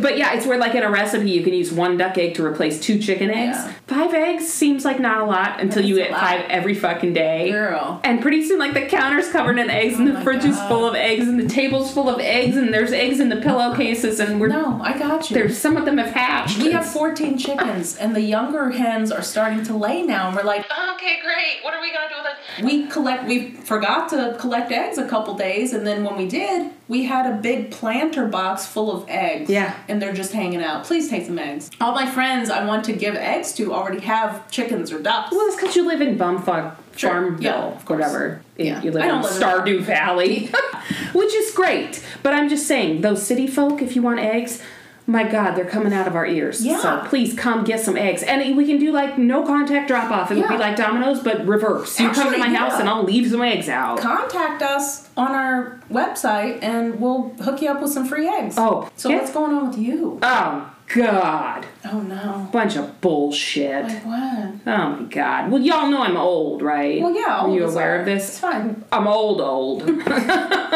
Speaker 1: but yeah, it's where like in a recipe you can use one duck egg to replace two chicken eggs.
Speaker 2: Yeah.
Speaker 1: Five eggs seems like not a lot until you
Speaker 2: it's a
Speaker 1: get
Speaker 2: lot.
Speaker 1: five every fucking day.
Speaker 2: Girl. Oh
Speaker 1: And pretty soon, like the counter's covered in eggs, and the
Speaker 2: my
Speaker 1: fridge is
Speaker 2: God.
Speaker 1: full of eggs, and the table's full of eggs, and there's eggs in the pillowcases, and we're
Speaker 2: No, I got you.
Speaker 1: there's some of them have hatched.
Speaker 2: we have 14 chickens, and the younger hens are starting to lay now, and we're like,
Speaker 4: Okay, great. What are we gonna do with it?
Speaker 2: we collect, we forgot to collect eggs a couple days, and then when we did, we had a big planter box full of eggs.
Speaker 1: Yeah.
Speaker 2: And they're just hanging out. Please take some eggs. All my friends I want to give eggs to already have chickens or ducks.
Speaker 1: Well, it's because you live in Bumfuck
Speaker 2: Sure.
Speaker 1: Farmville,
Speaker 2: Yeah, of course.
Speaker 1: whatever.
Speaker 2: Yeah.
Speaker 1: You live
Speaker 2: I
Speaker 1: in
Speaker 2: don't live in-
Speaker 1: Stardew Valley, which is great. But I'm just saying, those city folk, if you want eggs, my God, they're coming out of our ears.
Speaker 2: Yeah.
Speaker 1: So please come get some eggs. And we can do like no contact drop off. It would be
Speaker 2: Yeah.
Speaker 1: like Domino's, but reverse. You come to
Speaker 2: Actually,
Speaker 1: my house
Speaker 2: yeah.
Speaker 1: and I'll leave some eggs out.
Speaker 2: Contact us on our website, and we'll hook you up with some free eggs.
Speaker 1: Oh,
Speaker 2: So
Speaker 1: yeah.
Speaker 2: what's going on with you?
Speaker 1: oh, God.
Speaker 2: Oh no.
Speaker 1: Bunch of bullshit.
Speaker 2: Like what?
Speaker 1: Oh my god. Well, y'all know I'm old, right?
Speaker 2: Well, yeah.
Speaker 1: Are
Speaker 2: all
Speaker 1: you
Speaker 2: those
Speaker 1: aware
Speaker 2: are.
Speaker 1: of
Speaker 2: It's
Speaker 1: this?
Speaker 2: fine.
Speaker 1: I'm old, old.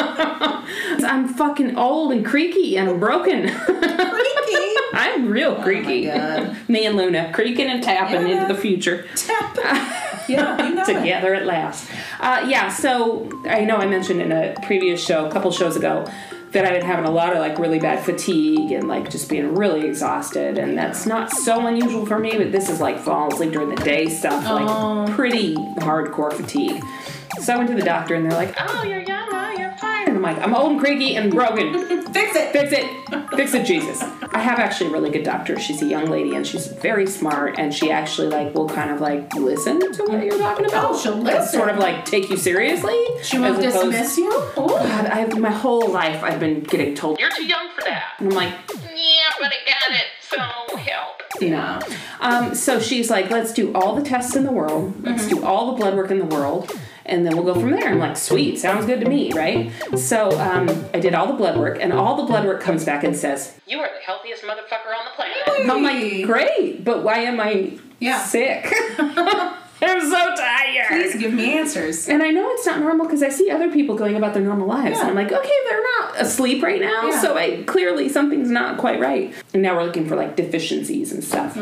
Speaker 1: I'm fucking old and creaky and broken.
Speaker 2: Creaky.
Speaker 1: I'm real creaky.
Speaker 2: God.
Speaker 1: Me and Luna creaking and tapping
Speaker 2: Yeah.
Speaker 1: into the future
Speaker 2: Tap. yeah, you know it.
Speaker 1: together at last. Uh, yeah, so I know I mentioned in a previous show, a couple shows ago, that I've been having a lot of like really bad fatigue and like just being really exhausted, and that's not so unusual for me. But this is like falling asleep during the day stuff, like
Speaker 2: Oh.
Speaker 1: pretty hardcore fatigue. So I went to the doctor, and they're like, "Oh, you're young, oh, you're fine." And I'm like, "I'm old and creaky and broken."
Speaker 2: Fix it.
Speaker 1: Fix it. Fix it, Jesus. I have actually a really good doctor. She's a young lady and she's very smart and she actually like will kind of like listen to what you're talking about.
Speaker 2: Oh, she'll
Speaker 1: And
Speaker 2: listen.
Speaker 1: Sort of like take you seriously.
Speaker 2: She won't
Speaker 1: as opposed-
Speaker 2: dismiss you. Ooh.
Speaker 1: God, I my whole life I've been getting told
Speaker 4: You're too young for that.
Speaker 1: I'm like,
Speaker 4: Yeah, but I got it. So help.
Speaker 1: no. Um, so she's like, let's do all the tests in the world, let's
Speaker 2: Mm-hmm.
Speaker 1: do all the blood work in the world, and then we'll go from there. I'm like, sweet, sounds good to me, right? So um, I did all the blood work, and all the blood work comes back and says,
Speaker 4: You are the healthiest motherfucker on the planet.
Speaker 1: And I'm like, great, but why am I
Speaker 2: Yeah.
Speaker 1: sick? I'm so tired.
Speaker 2: Please give me answers.
Speaker 1: And I know it's not normal because I see other people going about their normal lives. And I'm like, okay, they're not asleep right now,
Speaker 2: Yeah.
Speaker 1: so I clearly something's not quite right. And now we're looking for like deficiencies and stuff.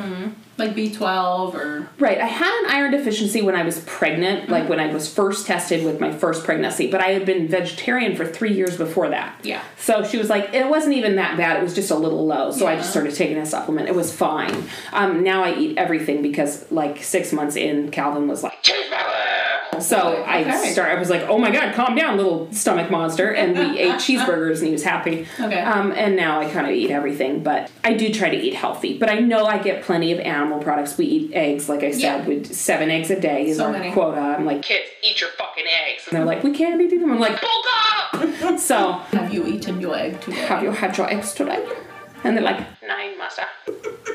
Speaker 2: Like B12 or
Speaker 1: Right. I had an iron deficiency when I was pregnant, like when I was first tested with my first pregnancy, but I had been vegetarian for three years before that.
Speaker 2: Yeah.
Speaker 1: So she was like, it wasn't even that bad. It was just a little low. So I just started taking a supplement. It was fine. Um, now I eat everything because, like, six months in, Calvin was like,
Speaker 4: Cheeseburger!
Speaker 1: so I
Speaker 2: Okay.
Speaker 1: start. I was like, "Oh my god, calm down, little stomach monster!" And we ate cheeseburgers, and he was happy.
Speaker 2: Okay.
Speaker 1: Um, and now I kind of eat everything, but I do try to eat healthy. But I know I get plenty of animal products. We eat eggs, like I said,
Speaker 2: Yeah.
Speaker 1: with seven eggs a day is
Speaker 2: So
Speaker 1: our
Speaker 2: many.
Speaker 1: quota. I'm like,
Speaker 4: Kids, eat your fucking eggs.
Speaker 1: and they're like, we can't eat them. I'm like,
Speaker 4: Bulk up!
Speaker 1: so
Speaker 2: have you eaten your egg today?
Speaker 1: have you had your eggs today? And they're like,
Speaker 4: Nine massa.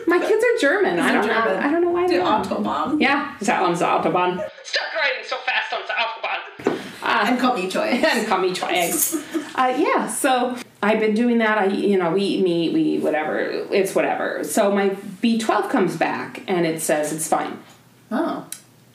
Speaker 1: my kids are German. I don't
Speaker 2: German.
Speaker 1: know. I don't know why
Speaker 2: The
Speaker 1: they are.
Speaker 2: Autobahn.
Speaker 1: Yeah, that one's autobahn.
Speaker 4: Stop riding so fast on the Autobahn.
Speaker 2: And call me choice.
Speaker 1: and call me try eggs. Uh, yeah, so I've been doing that. I, you know, we eat meat, we eat whatever. It's whatever. So my B12 comes back and it says it's fine.
Speaker 2: Oh.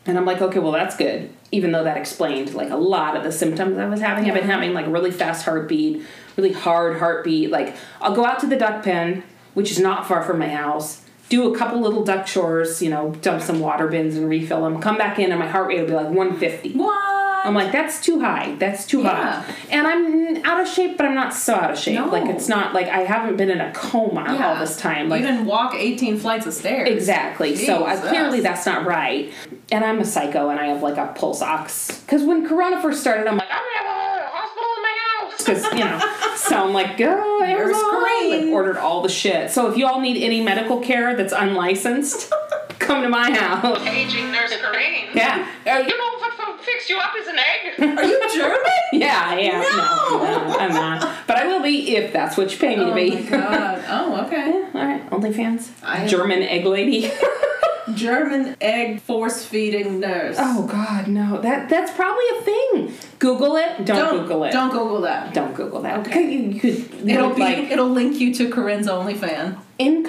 Speaker 1: And I'm like, okay, well, that's good. Even though that explained like a lot of the symptoms I was having. I've been having like really fast heartbeat, really hard heartbeat. Like, I'll go out to the duck pen, which is not far from my house, do a couple little duck chores, you know, dump some water bins and refill them, come back in, and my heart rate will be like 150.
Speaker 2: What?
Speaker 1: I'm like, that's too high. That's too
Speaker 2: Yeah.
Speaker 1: high. And I'm out of shape, but I'm not so out of shape.
Speaker 2: No.
Speaker 1: Like it's not like I haven't been in a coma all this time. Like
Speaker 2: you didn't walk 18 flights of stairs.
Speaker 1: exactly. So I,
Speaker 2: Jesus.
Speaker 1: clearly that's not right. And I'm a psycho, and I have like a pulse ox. Because when Corona first started, I'm like,
Speaker 4: I'm gonna have a hospital in my house.
Speaker 1: because you know, so I'm like, oh, Amazon,
Speaker 2: Scream.
Speaker 1: like ordered all the shit. So if you all need any medical care that's unlicensed, come to my house.
Speaker 4: Aging nurse Corrine.
Speaker 1: Yeah. Uh,
Speaker 4: You know what will fix you up is an egg.
Speaker 2: Are you German?
Speaker 1: Yeah, I am. No. no, I'm not. But I will be if that's what you pay me to be.
Speaker 2: God. Oh, okay.
Speaker 1: All right, OnlyFans.
Speaker 2: I-
Speaker 1: German egg lady.
Speaker 2: German egg force feeding nurse.
Speaker 1: oh God, no! That that's probably a thing. Google it. Don't,
Speaker 2: don't
Speaker 1: Google it.
Speaker 2: Don't Google that.
Speaker 1: Don't Google that. Okay, you, you could
Speaker 2: It'll
Speaker 1: it'll
Speaker 2: be.
Speaker 1: like
Speaker 2: it'll link you to Corinne's OnlyFan.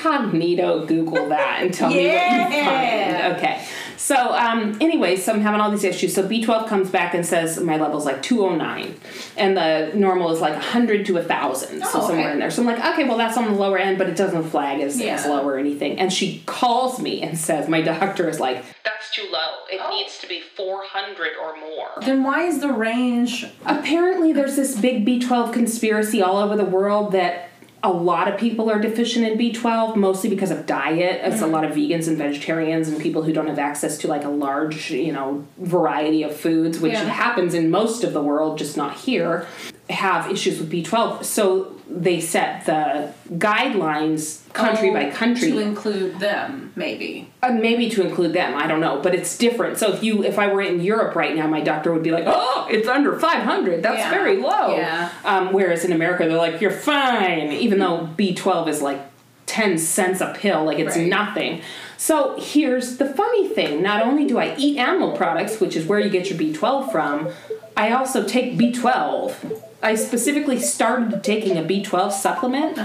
Speaker 1: incognito Google that and tell me what you
Speaker 2: Yeah.
Speaker 1: find. Okay. So um, anyway, so I'm having all these issues. So B12 comes back and says my level's like 209, and the normal is like 100 to 1,000, so
Speaker 2: Oh, okay.
Speaker 1: somewhere in there. So I'm like, okay, well that's on the lower end, but it doesn't flag as, as
Speaker 2: Yeah.
Speaker 1: low or anything. And she calls me and says my doctor is like.
Speaker 4: That's too low.
Speaker 2: Oh.
Speaker 4: It needs to be 400 or more.
Speaker 2: Then why is the range?
Speaker 1: Apparently, there's this big B12 conspiracy all over the world that a lot of people are deficient in B12, mostly because of diet.
Speaker 2: Mm.
Speaker 1: It's a lot of vegans and vegetarians and people who don't have access to like a large, you know, variety of foods, which
Speaker 2: Yeah.
Speaker 1: happens in most of the world, just not here, have issues with B12. So they set the guidelines country by country
Speaker 2: oh, to include them, maybe.
Speaker 1: uh, maybe to include them i don't know but it's different so if you if i were in europe right now my doctor would be like oh it's under 500 that's
Speaker 2: Yeah.
Speaker 1: very low
Speaker 2: Yeah.
Speaker 1: um, whereas in america they're like you're fine even though b12 is like 10 cents a pill like it's
Speaker 2: Right.
Speaker 1: nothing so here's the funny thing not only do i eat animal products which is where you get your b12 from i also take
Speaker 2: Uh-huh.
Speaker 1: b12 i specifically started taking a b12 supplement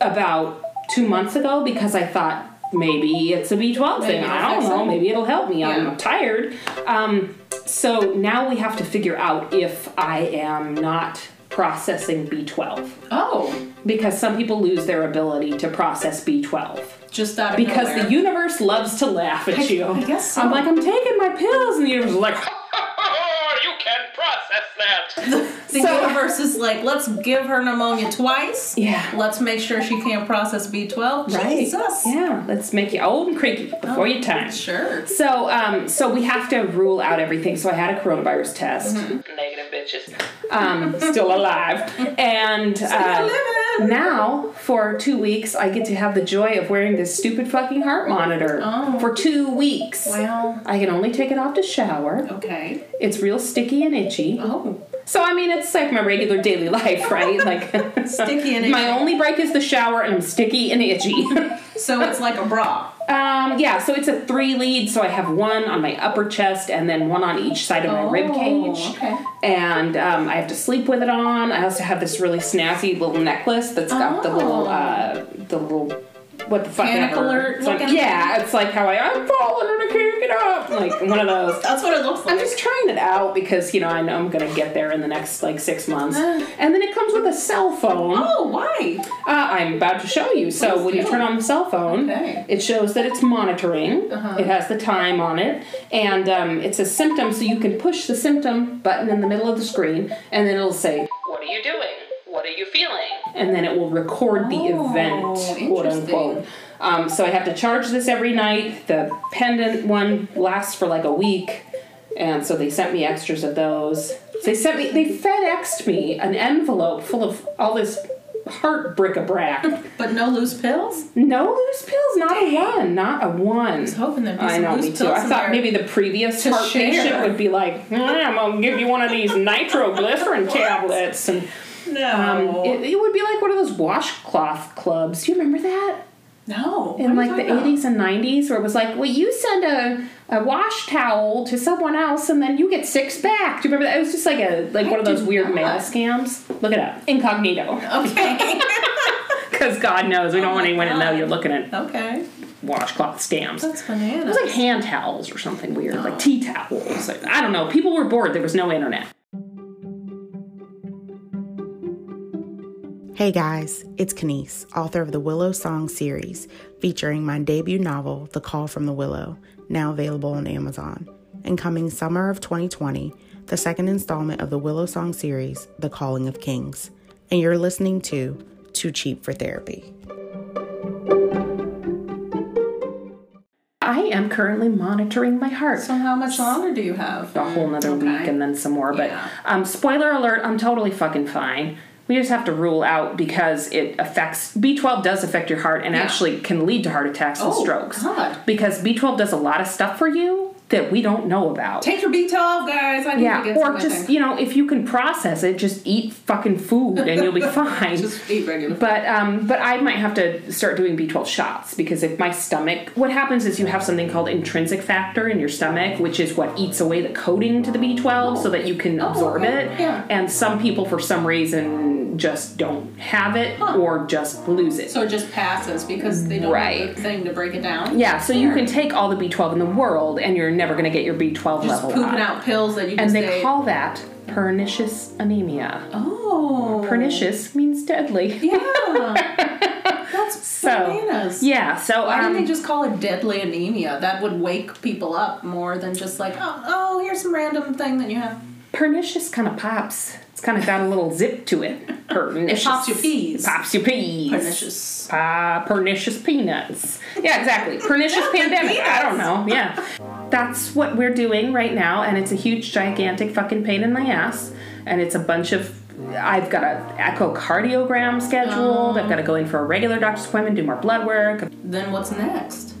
Speaker 1: about two months ago because I thought maybe it's a B12 thing.
Speaker 2: it'll
Speaker 1: I don't
Speaker 2: fix
Speaker 1: know.
Speaker 2: it.
Speaker 1: Maybe it'll help me.
Speaker 2: Yeah.
Speaker 1: I'm tired. Um, so now we have to figure out if I am not processing B12
Speaker 2: Oh,
Speaker 1: because some people lose their ability to process B12
Speaker 2: just out of
Speaker 1: because
Speaker 2: nowhere.
Speaker 1: the universe loves to laugh at you.
Speaker 2: I guess so.
Speaker 1: I'm like, I'm taking my pills, and the universe is like,
Speaker 4: Oh,
Speaker 6: you can't process that.
Speaker 2: The universe is like, let's give her pneumonia twice.
Speaker 1: Yeah.
Speaker 2: Let's make sure she can't process B12. Jesus.
Speaker 1: yeah, let's make you old and creaky
Speaker 2: Oh,
Speaker 1: before your time.
Speaker 2: Sure.
Speaker 1: So, um, so we have to rule out everything. So I had a coronavirus test.
Speaker 2: Mm-hmm.
Speaker 4: Negative bitches.
Speaker 1: Um, still alive, and uh,
Speaker 2: living.
Speaker 1: now for two weeks I get to have the joy of wearing this stupid fucking heart monitor
Speaker 2: Oh.
Speaker 1: for two weeks.
Speaker 2: Well,
Speaker 1: I can only take it off to shower.
Speaker 2: okay.
Speaker 1: It's real sticky and itchy.
Speaker 2: Oh.
Speaker 1: So I mean, it's like my regular daily life, right? Like
Speaker 2: Sticky and
Speaker 1: My
Speaker 2: itchy.
Speaker 1: only break is the shower, and I'm sticky and itchy.
Speaker 2: So it's like a bra.
Speaker 1: um, yeah, so it's a three lead. So I have one on my upper chest, and then one on each side of my rib cage.
Speaker 2: Oh, okay.
Speaker 1: And um, I have to sleep with it on. I also have this really snazzy little necklace that's got the
Speaker 2: Oh.
Speaker 1: little, uh, the little, what the fuck?
Speaker 2: Panic
Speaker 1: ever.
Speaker 2: alert
Speaker 1: It's like-
Speaker 2: looking
Speaker 1: yeah, it's like how I I'm falling and I can't get up, like one of those.
Speaker 2: That's what it looks like.
Speaker 1: I'm just trying it out because you know I know I'm gonna get there in the next like six months, and then it comes with a cell phone. Uh,
Speaker 2: Oh, why?
Speaker 1: I'm about to show you. So
Speaker 2: Please
Speaker 1: when you
Speaker 2: do.
Speaker 1: turn on the cell phone,
Speaker 2: Okay.
Speaker 1: it shows that it's monitoring.
Speaker 2: Uh-huh.
Speaker 1: It has the time on it, and um, it says symptom, so you can push the symptom button in the middle of the screen, and then it'll say,
Speaker 4: What are you doing? What are you feeling?
Speaker 1: and then it will record the
Speaker 2: Oh,
Speaker 1: event, quote unquote.
Speaker 2: interesting.
Speaker 1: Um, so I have to charge this every night. The pendant one lasts for like a week, and so they sent me extras of those. They sent me, they FedExed me an envelope full of all this heart bric-a-brac.
Speaker 2: But no loose pills?
Speaker 1: no loose pills, not a one, not a one. I was
Speaker 2: hoping there'd be
Speaker 1: I
Speaker 2: some
Speaker 1: know,
Speaker 2: loose
Speaker 1: me too.
Speaker 2: pills
Speaker 1: I
Speaker 2: in
Speaker 1: thought
Speaker 2: there
Speaker 1: maybe the previous
Speaker 2: to
Speaker 1: heart
Speaker 2: share.
Speaker 1: patient would be like, "Mm, I'm gonna give you one of these nitroglycerin tablets and. Um,
Speaker 2: No.
Speaker 1: it, it would be like one of those washcloth clubs. Do you remember that?
Speaker 2: no.
Speaker 1: In
Speaker 2: What are
Speaker 1: like
Speaker 2: you
Speaker 1: the
Speaker 2: talking about?
Speaker 1: 80s and 90s, where it was like, well, you send a, a wash towel to someone else and then you get six back. Do you remember that? It was just like a like one of those weird mail scams. Look it up. Incognito.
Speaker 2: Okay. Oh
Speaker 1: Because God knows, we don't want
Speaker 2: my
Speaker 1: anyone to know
Speaker 2: God.
Speaker 1: you're looking at
Speaker 2: okay.
Speaker 1: washcloth scams.
Speaker 2: That's Oh.
Speaker 1: It
Speaker 2: bananas.
Speaker 1: was like hand towels or something weird, like tea towels. Like, I don't know. People were bored. There was no internet.
Speaker 7: Hey guys, it's Kanice, author of the Willow Song series, featuring my debut novel, The Call from the Willow, now available on Amazon. And coming summer of 2020, the second installment of the Willow Song series, The Calling of Kings. And you're listening to Too Cheap for Therapy.
Speaker 1: I am currently monitoring my heart.
Speaker 2: so how much longer do you have?
Speaker 1: a whole nother week and then some more. But
Speaker 2: Yeah.
Speaker 1: um, spoiler alert, I'm totally fucking fine. We just have to rule out because it affects B12 does affect your heart and actually can lead to heart attacks and
Speaker 2: Oh,
Speaker 1: strokes.
Speaker 2: God.
Speaker 1: Because B12 does a lot of stuff for you that we don't know about.
Speaker 2: Take your B12, guys. I need to
Speaker 1: yeah,
Speaker 2: get some,
Speaker 1: or
Speaker 2: I
Speaker 1: just
Speaker 2: think.
Speaker 1: you know, if you can process it, just eat fucking food and you'll be fine.
Speaker 2: just eat regular.
Speaker 1: But um, but I might have to start doing B12 shots because if my stomach, what happens is you have something called intrinsic factor in your stomach, which is what eats away the coating to the B12 so that you can absorb
Speaker 2: Oh, okay.
Speaker 1: it.
Speaker 2: Yeah.
Speaker 1: And some people, for some reason, just don't have it or just lose it.
Speaker 2: So it just passes because they don't have
Speaker 1: Right.
Speaker 2: the thing to break it down.
Speaker 1: yeah, so you can take all the B12 in the world and you're never going to get your B12
Speaker 2: Just
Speaker 1: level
Speaker 2: pooping
Speaker 1: up.
Speaker 2: out pills that you just
Speaker 1: And they
Speaker 2: ate.
Speaker 1: call that pernicious anemia.
Speaker 2: oh
Speaker 1: Pernicious means deadly.
Speaker 2: Yeah. That's
Speaker 1: So
Speaker 2: bananas.
Speaker 1: yeah, so
Speaker 2: Why
Speaker 1: um,
Speaker 2: didn't they just call it deadly anemia? That would wake people up more than just like, oh, oh here's some random thing that you have.
Speaker 1: pernicious kind of pops. It's kind of got a little zip to it. Pernicious.
Speaker 2: It pops your peas.
Speaker 1: Pops your peas.
Speaker 2: Pernicious.
Speaker 1: Pa- pernicious peanuts. Yeah, exactly. Pernicious pandemic. I don't know. Yeah. That's what we're doing right now, and it's a huge, gigantic fucking pain in the ass. And it's a bunch of. I've got an echocardiogram scheduled. I've got to go in for a regular doctor's appointment, do more blood work.
Speaker 2: Then what's next?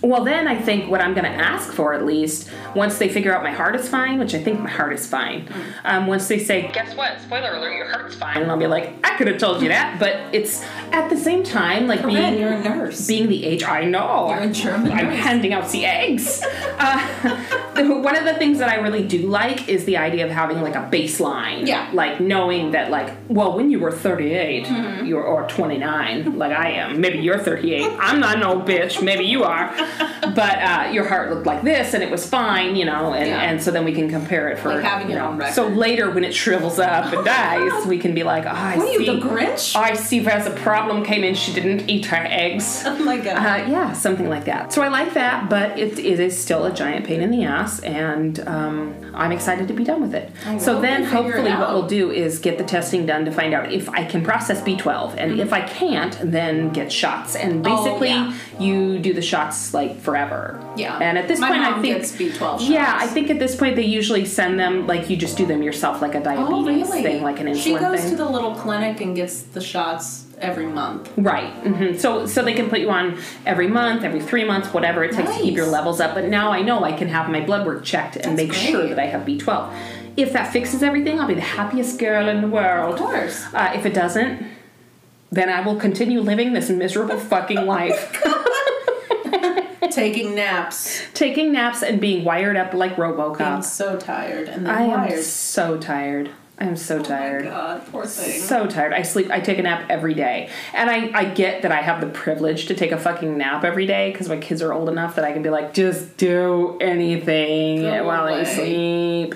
Speaker 1: Well, then I think what I'm going to ask for, at least, once they figure out my heart is fine, which I think my heart is fine, um, once they say, guess what? Spoiler alert, your heart's fine. And I'll be like, I could have told you that, but it's at the same time, like being,
Speaker 2: you're a nurse.
Speaker 1: being the age I know.
Speaker 2: You're a German
Speaker 1: I'm
Speaker 2: nurse.
Speaker 1: handing out the eggs. uh, one of the things that I really do like is the idea of having like a baseline.
Speaker 2: Yeah.
Speaker 1: Like knowing that, like, well, when you were 38,
Speaker 2: Mm-hmm.
Speaker 1: you're or 29, like I am. Maybe you're 38. I'm not no bitch. Maybe you are. But uh, your heart looked like this, and it was fine, you know. And,
Speaker 2: Yeah.
Speaker 1: and so then we can compare it for
Speaker 2: Like having
Speaker 1: you
Speaker 2: it
Speaker 1: know.
Speaker 2: on record.
Speaker 1: So later, when it shrivels up and dies, we can be like, oh, I
Speaker 2: What are you,
Speaker 1: see.
Speaker 2: the Grinch?
Speaker 1: I see. There's a problem. Came in. She didn't eat her eggs.
Speaker 2: Oh my god.
Speaker 1: Uh, yeah, something like that. So I like that, but it, it is still a giant pain in the ass, and um, I'm excited to be done with it.
Speaker 2: we'll
Speaker 1: so then,
Speaker 2: figure it
Speaker 1: hopefully, what
Speaker 2: out.
Speaker 1: we'll do is get the testing done to find out if I can process B12, and if I can't, then get shots. And
Speaker 2: Mm-hmm. Oh,
Speaker 1: basically,
Speaker 2: yeah.
Speaker 1: you do the shots like forever.
Speaker 2: Yeah.
Speaker 1: And at this
Speaker 2: My
Speaker 1: point, I
Speaker 2: mom
Speaker 1: think
Speaker 2: gets B12
Speaker 1: Yeah,
Speaker 2: shots.
Speaker 1: I think at this point they usually send them like you just do them yourself, like a
Speaker 2: oh
Speaker 1: diabetes
Speaker 2: really?
Speaker 1: thing, like an insulin
Speaker 2: she goes
Speaker 1: thing.
Speaker 2: to the little clinic and gets the shots every month.
Speaker 1: Right. hmm So so they can put you on every month, every three months, whatever it takes to keep your
Speaker 2: Nice.
Speaker 1: levels up. But now I know I can have my blood work checked and make sure
Speaker 2: great.
Speaker 1: that I have B12. If that fixes everything, I'll be the happiest girl in the world.
Speaker 2: Of course.
Speaker 1: Uh, if it doesn't, then I will continue living this miserable
Speaker 2: Oh
Speaker 1: fucking life,
Speaker 2: Taking naps.
Speaker 1: taking naps and being wired up like
Speaker 2: I'm
Speaker 1: RoboCop.
Speaker 2: so tired and then
Speaker 1: I am
Speaker 2: wired. Oh
Speaker 1: so tired. I am so tired.
Speaker 2: God, poor thing.
Speaker 1: so tired. I sleep. I take a nap every day, and I I get that I have the privilege to take a fucking nap every day because my kids are old enough that I can be like, just do anything
Speaker 2: Go
Speaker 1: while I
Speaker 2: away.
Speaker 1: sleep.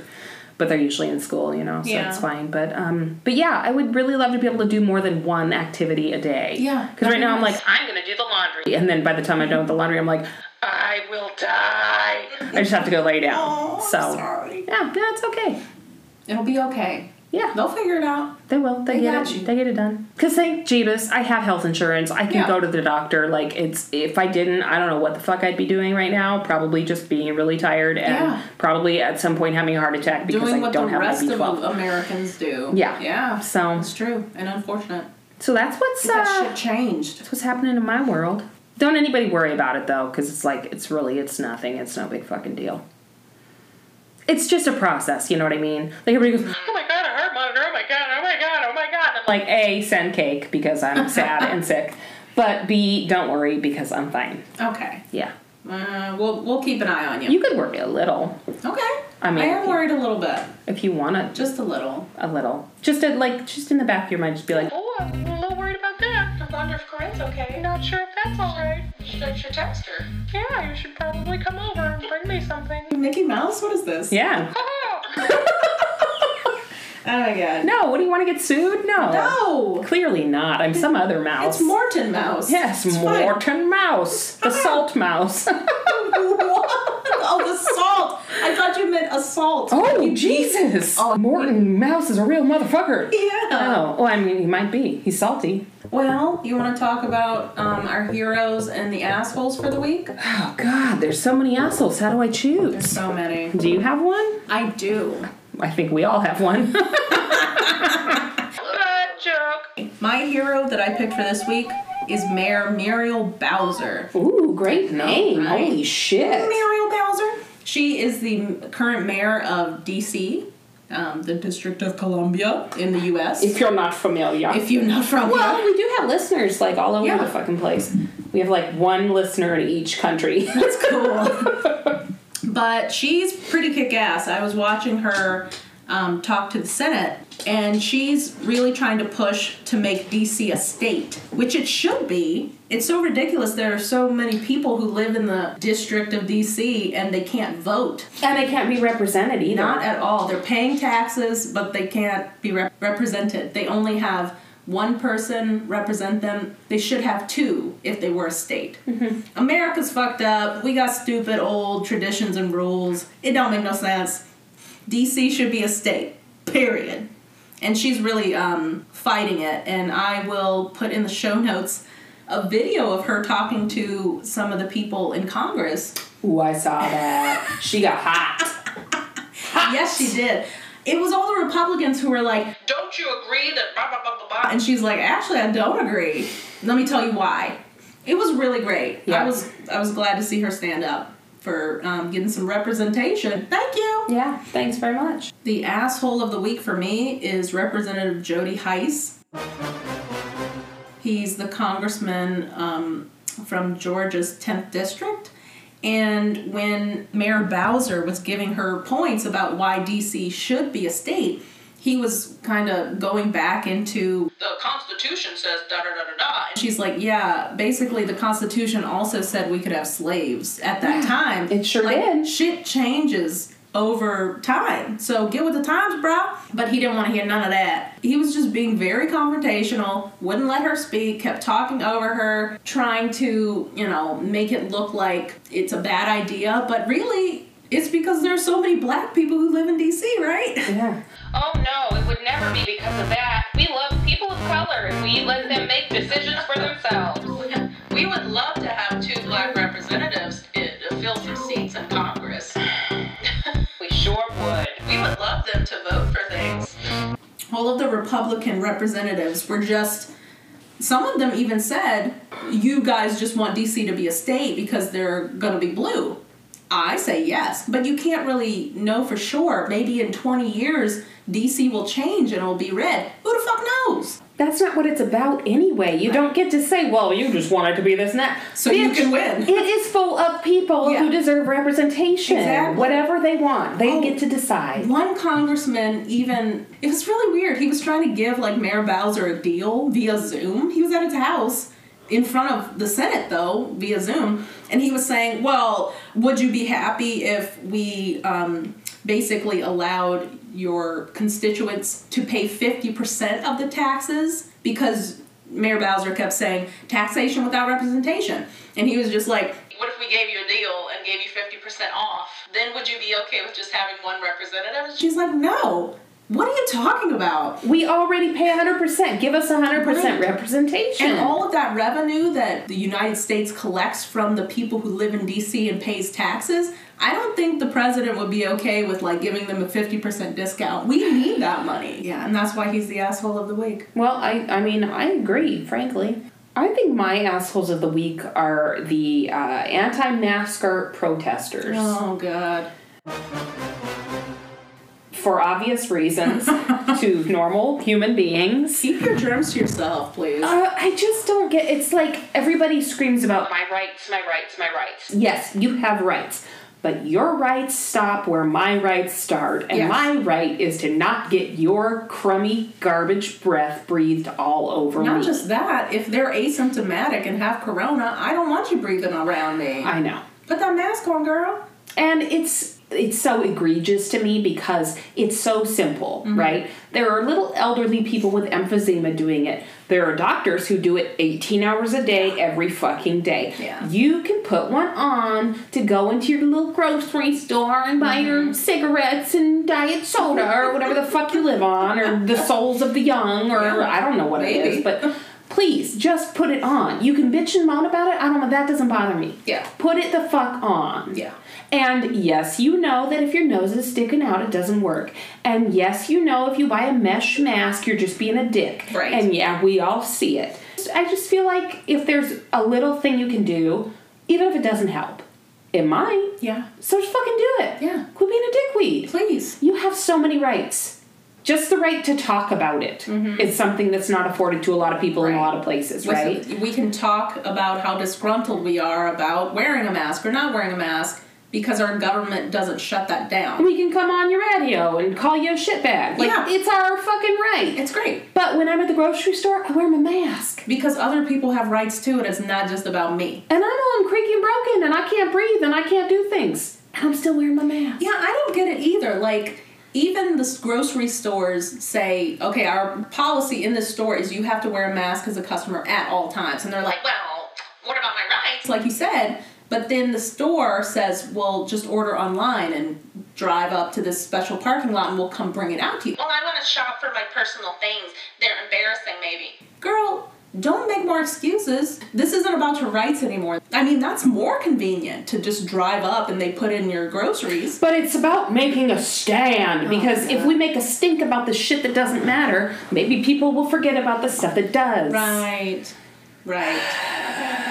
Speaker 1: But they're usually in school, you know, so
Speaker 2: Yeah.
Speaker 1: it's fine. But um, but yeah, I would really love to be able to do more than one activity a day.
Speaker 2: Yeah,
Speaker 1: because right now I'm
Speaker 2: nice.
Speaker 1: like, I'm gonna do the laundry, and then by the time I'm done with the laundry, I'm like,
Speaker 6: I will die.
Speaker 1: I just have to go lay down. so
Speaker 2: Oh, sorry.
Speaker 1: yeah, yeah, it's okay.
Speaker 2: It'll be okay.
Speaker 1: Yeah.
Speaker 2: They'll figure it out.
Speaker 1: They will. They,
Speaker 2: They
Speaker 1: get
Speaker 2: got
Speaker 1: it.
Speaker 2: you.
Speaker 1: They get it done. Cause thank Jeebus, I have health insurance. I can
Speaker 2: Yeah.
Speaker 1: go to the doctor. Like it's if I didn't, I don't know what the fuck I'd be doing right now. Probably just being really tired and
Speaker 2: Yeah.
Speaker 1: probably at some point having a heart attack because
Speaker 2: Doing
Speaker 1: I
Speaker 2: what the
Speaker 1: don't have
Speaker 2: rest
Speaker 1: my
Speaker 2: of
Speaker 1: B12.
Speaker 2: Americans do.
Speaker 1: Yeah.
Speaker 2: Yeah.
Speaker 1: So-
Speaker 2: it's true and unfortunate.
Speaker 1: So that's what's uh,
Speaker 2: that shit changed.
Speaker 1: that's what's happening in my world. Don't anybody worry about it though, because it's like it's really it's nothing. It's no big fucking deal. It's just a process, you know what I mean? Like everybody goes,
Speaker 6: Oh my god, a heart monitor. Oh my god, oh my god, oh my god. And I'm like,
Speaker 1: like a send cake because I'm sad and sick, but b don't worry because I'm fine.
Speaker 2: Okay.
Speaker 1: Yeah.
Speaker 2: Uh, we'll we'll keep an eye on you.
Speaker 1: You could worry a little
Speaker 2: okay.
Speaker 1: I mean-
Speaker 2: I am worried a little bit,
Speaker 1: if you want to,
Speaker 2: just a little.
Speaker 1: a little. Just a, like, just in the back of your mind, just be like,
Speaker 4: Oh, I'm a little worried about that. I wonder if Corinne's okay. Not sure if that's alright. Should I should text her? Yeah, you should probably come over and bring me something.
Speaker 2: Mickey Mouse, what is this?
Speaker 1: yeah.
Speaker 2: Oh my god.
Speaker 1: No, what do you want to get sued? No.
Speaker 2: No.
Speaker 1: Clearly not. I'm some other mouse.
Speaker 2: It's Morton Mouse.
Speaker 1: Yes,
Speaker 2: It's fine.
Speaker 1: Morton Mouse, the salt mouse.
Speaker 2: What? oh, the salt. I thought you meant assault.
Speaker 1: oh
Speaker 2: You-
Speaker 1: Jesus! Morton Mouse is a real motherfucker.
Speaker 2: Oh. Yeah.
Speaker 1: Oh, well, I mean, he might be. He's salty.
Speaker 2: Well, you want to talk about um, our heroes and the assholes for the week?
Speaker 1: Oh God, there's so many assholes. How do I choose?
Speaker 2: So many.
Speaker 1: Do you have one?
Speaker 2: I do.
Speaker 1: I think we all have one.
Speaker 6: bad joke.
Speaker 2: My hero that I picked for this week is Mayor Muriel Bowser.
Speaker 1: Ooh, great name!
Speaker 2: right?
Speaker 1: Holy shit!
Speaker 2: Muriel Bowser. She is the current mayor of D.C., um, the District of Columbia in the U.S.
Speaker 1: If you're not familiar,
Speaker 2: If you're not from
Speaker 1: Well,
Speaker 2: here.
Speaker 1: we do have listeners like all over
Speaker 2: Yeah.
Speaker 1: the fucking place. We have like one listener in each country.
Speaker 2: That's cool. but she's pretty kick ass. I was watching her um, talk to the Senate, and she's really trying to push to make DC a state, which it should be. It's so ridiculous. There are so many people who live in the district of DC and they can't vote.
Speaker 1: and they can't be represented either.
Speaker 2: Not at all. They're paying taxes, but they can't be rep- represented. They only have one person represent them. They should have two if they were a state. America's fucked up. We got stupid old traditions and rules. It don't make no sense. DC should be a state. Period. And she's really um, fighting it. And I will put in the show notes a video of her talking to some of the people in Congress
Speaker 1: Ooh, I saw that. she got hot.
Speaker 2: Yes, she did. It was all the Republicans who were like,
Speaker 6: Don't you agree that blah blah blah blah blah?
Speaker 2: and she's like, actually, I don't agree. Let me tell you why. It was really great. I was I was glad to see her stand up for um, getting some representation. Thank you.
Speaker 1: Yeah, thanks very much.
Speaker 2: The asshole of the week for me is Representative Jody Heiss. He's the congressman um, from Georgia's 10th district. And when Mayor Bowser was giving her points about why DC should be a state, he was kind of going back into
Speaker 6: The Constitution says da da da da da.
Speaker 2: and she's like, yeah, basically the Constitution also said we could have slaves at that time.
Speaker 1: it sure
Speaker 2: Like,
Speaker 1: did.
Speaker 2: Shit changes over time. So get with the times, bro. But he didn't want to hear none of that. He was just being very confrontational, wouldn't let her speak, kept talking over her, trying to, you know, make it look like it's a bad idea, but really it's because there's so many black people who live in DC, right?
Speaker 1: Yeah.
Speaker 6: Oh no, it would never be because of that. We love people of color and we let them make decisions for themselves.
Speaker 2: We would love to have two black representatives to fill some seats in Congress.
Speaker 6: We sure would.
Speaker 2: We would love them to vote for things. All of the Republican representatives were just. Some of them even said, "You guys just want DC to be a state because they're going to be blue." I say yes, but you can't really know for sure. Maybe in 20 years, DC will change and it'll be red. Who the fuck knows?
Speaker 1: That's not what it's about anyway. You don't get to say, well, you just want it to be this and that.
Speaker 2: So you
Speaker 1: Bitch,
Speaker 2: can win.
Speaker 1: It is full of people
Speaker 2: Yeah.
Speaker 1: who deserve representation.
Speaker 2: Exactly.
Speaker 1: Whatever they want, they
Speaker 2: Oh.
Speaker 1: get to decide.
Speaker 2: One congressman even it was really weird. He was trying to give like Mayor Bowser a deal via Zoom. He was at his house in front of the Senate though via Zoom, and he was saying, "Well, would you be happy if we um, basically allowed your constituents to pay fifty percent of the taxes because?" Mayor Bowser kept saying taxation without representation. And he was just like,
Speaker 6: What if we gave you a deal and gave you 50% off? Then would you be okay with just having one representative?
Speaker 2: she's like, no, what are you talking about?
Speaker 1: We already pay 100%. Give us 100%
Speaker 2: Right.
Speaker 1: representation.
Speaker 2: And all of that revenue that the United States collects from the people who live in DC and pays taxes, I don't think the president would be okay with like giving them a 50% discount. We need that money. Yeah, and that's why he's the asshole of the week.
Speaker 1: Well, I, I mean, I agree, frankly. I think my assholes of the week are the uh, anti NASCAR protesters.
Speaker 2: Oh god.
Speaker 1: For obvious reasons to normal human beings.
Speaker 2: Keep your germs to yourself, please.
Speaker 1: Uh, I just don't get It's like everybody screams about
Speaker 6: My rights, my rights, my rights.
Speaker 1: yes, you have rights, but your rights stop where my rights start, and
Speaker 2: Yes.
Speaker 1: my right is to not get your crummy garbage breath breathed all over
Speaker 2: Not
Speaker 1: me.
Speaker 2: just that, if they're asymptomatic and have corona, I don't want you breathing around me.
Speaker 1: I know.
Speaker 2: Put that mask on, girl.
Speaker 1: and it's it's so egregious to me because it's so simple
Speaker 2: Mm-hmm.
Speaker 1: right there are little elderly people with emphysema doing it there are doctors who do it 18 hours a day every fucking day
Speaker 2: Yeah.
Speaker 1: you can put one on to go into your little grocery store and buy
Speaker 2: Mm-hmm.
Speaker 1: your cigarettes and diet soda or whatever the fuck you live on or the souls of the young or i don't know what it
Speaker 2: Maybe.
Speaker 1: is but please just put it on you can bitch and moan about it i don't know that doesn't bother me
Speaker 2: Yeah.
Speaker 1: put it the fuck on
Speaker 2: Yeah.
Speaker 1: and yes, you know that if your nose is sticking out, it doesn't work. And yes, you know if you buy a mesh mask, you're just being a dick.
Speaker 2: Right.
Speaker 1: And yeah, we all see it. I just feel like if there's a little thing you can do, even if it doesn't help, it might.
Speaker 2: Yeah.
Speaker 1: So just fucking do it.
Speaker 2: Yeah.
Speaker 1: Quit being a dickweed.
Speaker 2: Please.
Speaker 1: You have so many rights. Just the right to talk about it is something that's not afforded to a lot of people in a lot of places, right?
Speaker 2: Mm-hmm. Listen, We can talk about how disgruntled we are about wearing a mask or not wearing a mask because our government doesn't shut that down.
Speaker 1: we can come on your radio and call you a shitbag. Like,
Speaker 2: Yeah.
Speaker 1: it's our fucking right.
Speaker 2: It's great
Speaker 1: But when I'm at the grocery store, I wear my mask.
Speaker 2: because other people have rights too, and it's not just about me.
Speaker 1: And I know I'm creaky and broken and I can't breathe and I can't do things. And I'm still wearing my mask.
Speaker 2: Yeah, I don't get it either. Like, even the s- grocery stores say, okay, our policy in this store is you have to wear a mask as a customer at all times. And they're like,
Speaker 6: Like, well, what about my rights?
Speaker 2: it's like you said, but then the store says, well, just order online and drive up to this special parking lot and we'll come bring it out to you.
Speaker 6: Well, I want to shop for my personal things. They're embarrassing, maybe.
Speaker 2: girl don't make more excuses this isn't about your rights anymore i mean that's more convenient to just drive up and they put in your groceries
Speaker 1: But it's about making a stand because if we make a stink about the shit that doesn't matter, maybe people will forget about the stuff that does.
Speaker 2: right right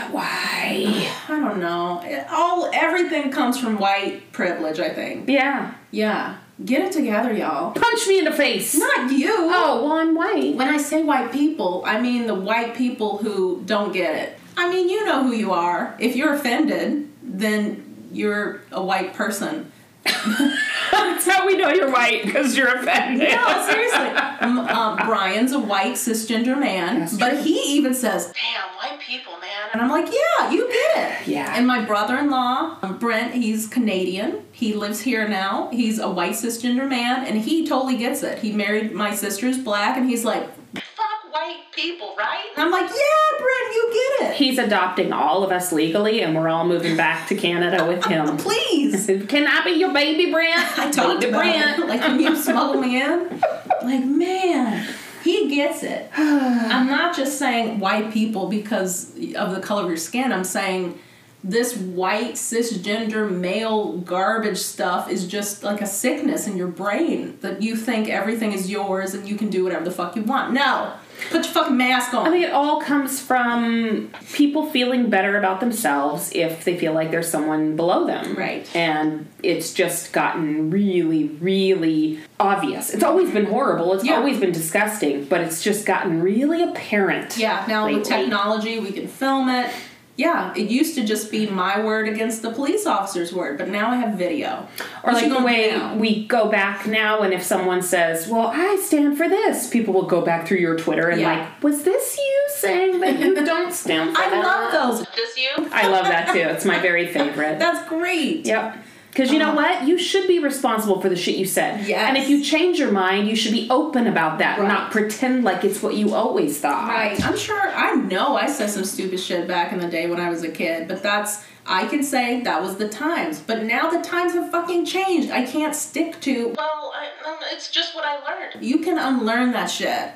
Speaker 1: Why?
Speaker 2: I don't know. It- all everything comes from white privilege, I think.
Speaker 1: Yeah.
Speaker 2: Yeah. Get it together, y'all.
Speaker 1: Punch me in the face.
Speaker 2: Not you.
Speaker 1: Oh, well, I'm white.
Speaker 2: When I say white people, I mean the white people who don't get it. I mean, you know who you are. If you're offended, then you're a white person.
Speaker 1: That's how we know you're white because you're offended.
Speaker 2: No, seriously. M- uh, Brian's a white cisgender man, but he even says, "Damn, white people, man." And I'm like, "Yeah, you get it."
Speaker 1: Yeah.
Speaker 2: And my brother-in-law, um, Brent, he's Canadian. He lives here now. He's a white cisgender man, and he totally gets it. He married my sister's black, and he's like,
Speaker 6: Fuck white people, right?
Speaker 2: "I'm like, yeah, Brent, you get it.
Speaker 1: He's adopting all of us legally, and we're all moving back to Canada with him.
Speaker 2: Please."
Speaker 1: Can I be your baby, Brent?
Speaker 2: I talked
Speaker 1: baby
Speaker 2: about
Speaker 1: Brent.
Speaker 2: it. Like, can you smuggle me in? Like, man, he gets it. I'm not just saying white people because of the color of your skin. I'm saying this white cisgender male garbage stuff is just like a sickness in your brain that you think everything is yours and you can do whatever the fuck you want. No, put your fucking mask on.
Speaker 1: I think it all comes from people feeling better about themselves if they feel like there's someone below them.
Speaker 2: Right.
Speaker 1: And it's just gotten really, really obvious. It's always been horrible, it's
Speaker 2: Yeah.
Speaker 1: always been disgusting, but it's just gotten really apparent.
Speaker 2: yeah, now with
Speaker 1: lately.
Speaker 2: technology, we can film it. Yeah, it used to just be my word against the police officer's word, but now I have video. What
Speaker 1: Or like
Speaker 2: you
Speaker 1: the
Speaker 2: gonna do
Speaker 1: way
Speaker 2: now?
Speaker 1: we go back now, and if someone says, "Well, I stand for this," people will go back through your Twitter and
Speaker 2: Yeah.
Speaker 1: like, "Was this you saying that you don't stand for
Speaker 2: I
Speaker 1: that?"
Speaker 2: love those.
Speaker 6: Just you?
Speaker 1: I love that too. It's my very favorite.
Speaker 2: That's great.
Speaker 1: Yep. Because you know what? You should be responsible for the shit you said.
Speaker 2: Uh-huh. Yes.
Speaker 1: And if you change your mind, you should be open about that, not pretend like it's what you always thought.
Speaker 2: Right. I'm sure I know I said some stupid shit back in the day when I was a kid, but that's I can say that was the times. But now the times have fucking changed. I can't stick to
Speaker 6: Well, I, um, it's just what I learned.
Speaker 2: you can unlearn that shit.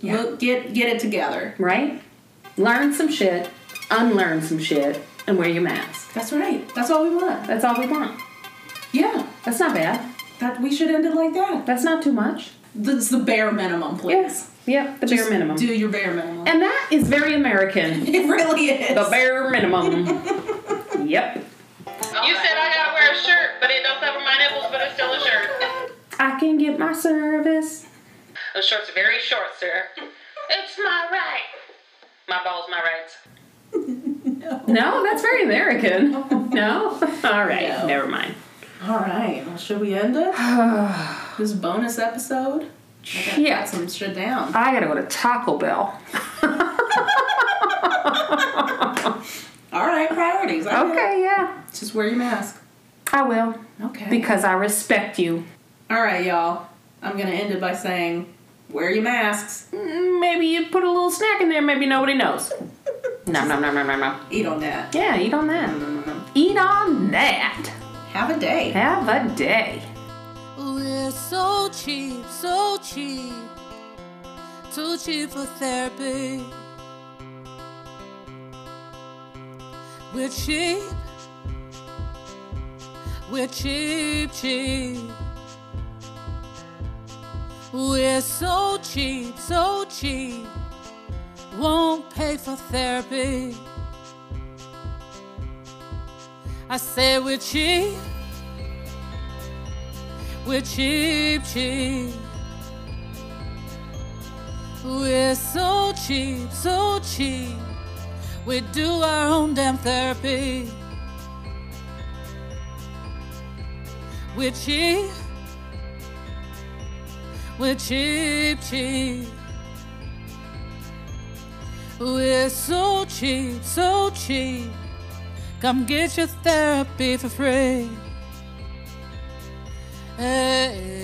Speaker 2: Look, get get it together.
Speaker 1: Right? Learn some shit, unlearn some shit, and wear your mask.
Speaker 2: That's right. That's all we want.
Speaker 1: That's all we want.
Speaker 2: Yeah.
Speaker 1: That's not bad.
Speaker 2: That we should end it like that.
Speaker 1: That's not too much.
Speaker 2: That's the bare minimum, please.
Speaker 1: Yes. Yep. The bare
Speaker 2: Just
Speaker 1: minimum.
Speaker 2: Do your bare minimum.
Speaker 1: and that is very American.
Speaker 2: It really is.
Speaker 1: the bare minimum. yep.
Speaker 6: You said I gotta wear a shirt, but it don't cover my nipples, but it's still a shirt.
Speaker 1: I can get my service.
Speaker 6: Those shorts are very short, sir. It's my right. My ball's my rights.
Speaker 1: No, that's very American. no? All right.
Speaker 2: No.
Speaker 1: Never mind.
Speaker 2: all right. Well, should we end it? this bonus episode.
Speaker 1: Yeah.
Speaker 2: Got some shit down.
Speaker 1: I gotta go to Taco Bell.
Speaker 2: All right, priorities. I get it.
Speaker 1: Okay, yeah.
Speaker 2: Just wear your mask.
Speaker 1: I will.
Speaker 2: Okay.
Speaker 1: Because I respect you.
Speaker 2: All right, y'all. I'm gonna end it by saying, wear your masks.
Speaker 1: Mm, Maybe you put a little snack in there, maybe nobody knows. Nom nom nom nom nom nom.
Speaker 2: Eat on that.
Speaker 1: Yeah, eat on that. Eat on that.
Speaker 2: Have a day.
Speaker 1: Have a day.
Speaker 8: We're so cheap, so cheap, too cheap for therapy. We're cheap, we're cheap, cheap. We're so cheap, so cheap, won't pay for therapy. I say we're cheap. We're cheap, cheap. We're so cheap, so cheap. We do our own damn therapy. We're cheap. We're cheap, cheap. We're so cheap, so cheap. Come Eh, get your therapy for free. Hey. eh,